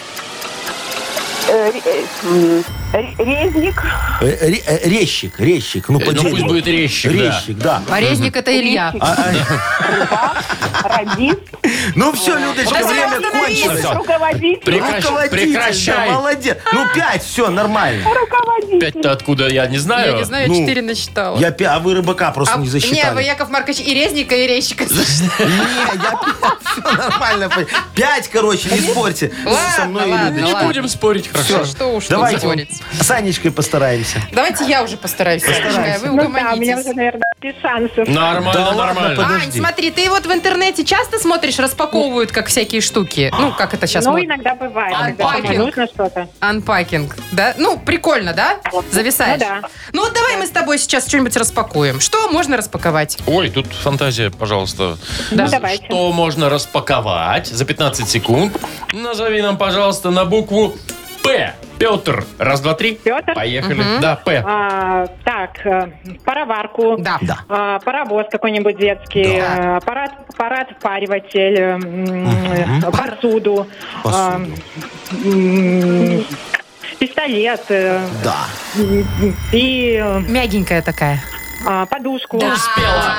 э, ре- э, м, ре- резник. Э, ре- э, Резчик, резчик. Ну, по ну, пусть дереву. будет резчик, да. Резчик, да. А, Порезник это Илья. Резчик, Рыбак, радист, Ну все, Людочка, время кончилось. Всё. руководитель. Прекращ- Руководитель, да, Прекращай. молодец. Ну, пять, все, нормально. Руководитель. Пять-то откуда, я не знаю. Я не знаю, Ну, 4 насчитала. Я пя- а вы рыбака просто А, не не, вы, засчитали. Яков Маркович, и резника, и [LAUGHS] резчика. слушайте. Не, я [LAUGHS] все нормально. Пять, короче, не спорьте. Ладно, Со мной и ладно, Людочкой. Не ладно. будем спорить, хорошо. Что, что уж тут Давайте спорить. с Анечкой постараемся. Давайте я уже постараюсь, Анечка, а вы Ну да, у меня уже, угомонитесь. наверное, без шансов. Нормально, Да ладно, нормально. под- Ань, Подожди. смотри, ты вот в интернете часто смотришь, распаковывают как всякие штуки. Ну, как это сейчас? Ну, иногда бывает, А, когда пакинг. самому нужно что-то. Анпакинг, да? Ну, прикольно, да? Зависаешь. Ну да. Ну, вот давай мы с тобой сейчас что-нибудь распакуем. Что можно распаковать? Ой, тут фантазия, пожалуйста. Да. Ну, давайте. Что можно распаковать за 15 секунд? Назови нам, пожалуйста, на букву П. Петр. Раз, два, три. Петр? Поехали. Да, П. А, так, э, пароварку. Да. Да. А, паровоз какой-нибудь детский, Да. э, аппарат, аппарат впариватель, э, м, э, посуду, а, Посуду. м, пистолет э, Да. и э, Мягенькая такая. а, подушку. Успела.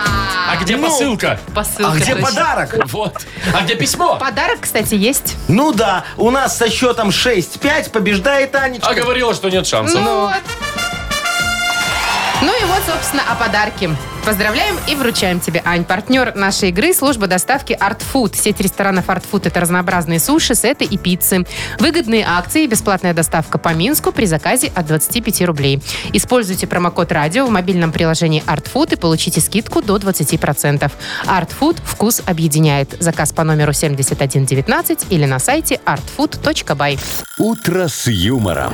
А где Ну. посылка? Посылка. А где точно. подарок? Вот. А где письмо? Подарок, кстати, есть. Ну да, у нас со счетом 6-5 побеждает А Анечка. говорила, что нет шансов. Ну вот. Ну и вот, собственно, о подарке. Поздравляем и вручаем тебе, Ань. Партнер нашей игры – служба доставки Art Food. Сеть ресторанов Art Food – это разнообразные суши, сеты и пиццы. Выгодные акции и бесплатная доставка по Минску при заказе от 25 рублей. Используйте промокод «Радио» в мобильном приложении Art Food и получите скидку до 20%. Art Food – вкус объединяет. Заказ по номеру 7119 или на сайте artfood.by. «Утро с юмором».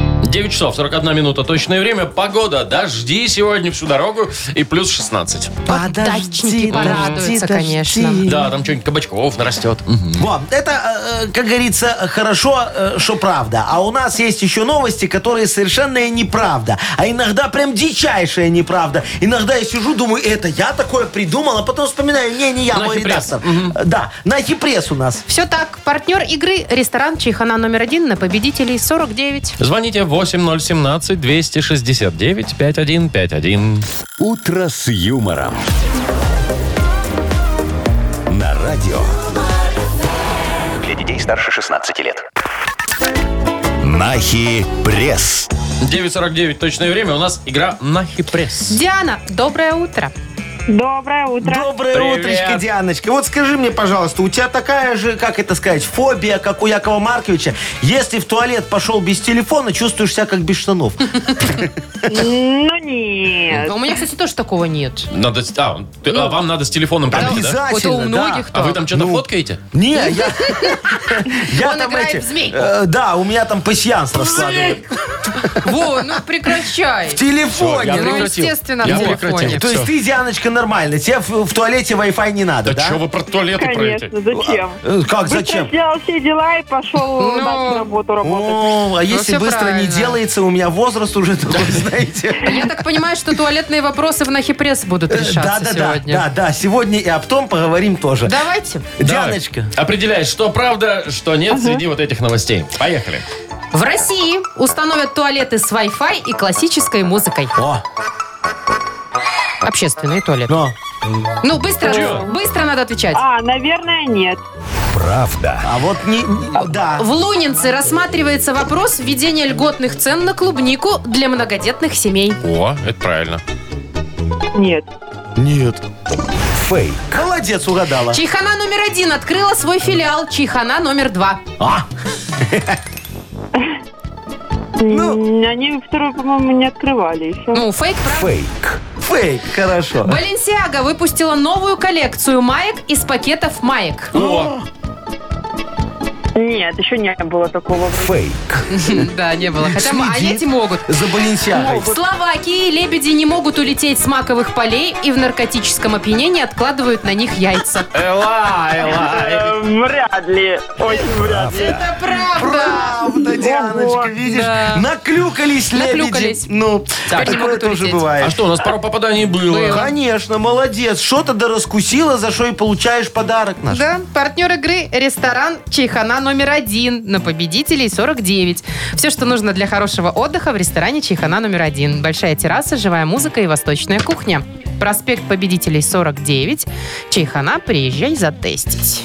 9 часов 41 минута. Точное время. Погода. Дожди сегодня всю дорогу. И плюс 16. Дачники порадуются, конечно. Да, там что-нибудь кабачков нарастет. Мгм. Во, это, э, э, как говорится, хорошо, э, что правда. А у нас есть еще новости, которые совершенно неправда. А иногда прям дичайшая неправда. Иногда я сижу, думаю, это я такое придумал, а потом вспоминаю, не, не я, мой Нахипресс. редактор. Да, на хипресс у нас. Все так. Партнер игры ресторан Чайхана номер один на победителей 49. Звоните 8017-269-5151. «Утро с юмором». На радио. Для детей старше 16 лет. Нахи пресс. 9.49 точное время. У нас игра на хипресс. Диана, доброе утро. Доброе утро. Доброе Привет. утречко, Дианочка. Вот скажи мне, пожалуйста, у тебя такая же, как это сказать, фобия, как у Якова Марковича, если в туалет пошел без телефона, чувствуешь себя как без штанов. Ну нет. А У меня, кстати, тоже такого нет. Надо, с- а, ты- а вам надо с телефоном прийти, да? Вот у Обязательно, да. многих А вы так. там что-то фоткаете? Не, я... [LAUGHS] я Он там играет эти- в змейку. э, Да, у меня там пассианс раскладываю. Во, ну прекращай. В Всё, я телефоне. Ну, ну, прекратил. естественно, Я в телефоне. прекратил. То есть Всё. ты, Дианочка, нормально. Тебе в, в туалете Wi-Fi не надо, Да, да? что вы про туалеты про эти? Конечно, зачем? Э, Как, Быстро зачем? сделал все дела и пошел Ну. дальше работу работать. О, а если всё быстро не правильно. делается, у меня возраст уже такой, знаете. Я так понимаю, что туалетные вопросы в Нахипресс будут Э, Да, [LAUGHS] решаться да, да, сегодня. да, да. Сегодня и об том поговорим тоже. Давайте. Давай. Дианочка. Определяй, что правда, что нет среди вот этих новостей. Поехали. В России установят туалеты с Wi-Fi и классической музыкой. О, Общественные туалеты. ну, Ну, быстро, Чё? быстро надо отвечать. А, наверное, нет. Правда. а вот не... не- Да. В Лунинце рассматривается вопрос введения льготных цен на клубнику для многодетных семей. О, это правильно. Нет. Нет. Фейк. Молодец, угадала. Чайхана номер один открыла свой филиал. Чайхана номер два. А, Ну. М, Они вторую, по-моему, не открывали еще. Ну, фейк, правда? Фейк. фейк, хорошо. Баленсиага выпустила новую коллекцию маек из пакетов маек. О, Нет, еще не было такого. Фейк. Да, не было. Хотя а Следит эти могут. За Баленсиагой. В Словакии лебеди не могут улететь с маковых полей и в наркотическом опьянении откладывают на них яйца. Эла, эла. Э, Вряд ли. Очень вряд ли. Это правда. Правда, Дианочка, видишь? да. Наклюкались лебеди. Наклюкались. Ну, Теперь не такое могут тоже улететь. бывает. А что, у нас пару попаданий было? Было. Конечно, молодец. Что-то раскусила, за что и получаешь подарок наш. Да, партнер игры – ресторан «Чайхана» номер один. На победителей 49. Все, что нужно для хорошего отдыха в ресторане «Чайхана» номер один. Большая терраса, живая музыка и восточная кухня. Проспект победителей 49. Чайхана, приезжай затестить.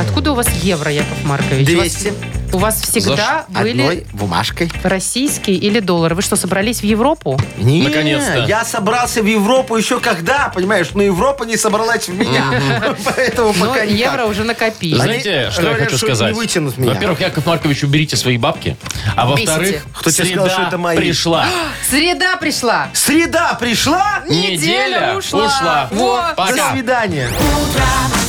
Откуда у вас евро, Яков Маркович? У вас- 200. У вас всегда За были Одной бумажкой. российские или доллары? Вы что, собрались в Европу? Не, Наконец-то. Я собрался в Европу еще когда, понимаешь? Но Европа не собралась в меня. [LAUGHS] Поэтому Но пока никак. Ну, евро уже накопили. Знаете, Они что я говорят, хочу что не сказать? вытянут меня. Во-первых, Яков Маркович, уберите свои бабки. А Бесите. во-вторых, Кто тебе сказал, среда что это мои? пришла. Среда пришла. Среда пришла. Неделя ушла. Во. Пока. До свидания. Утро с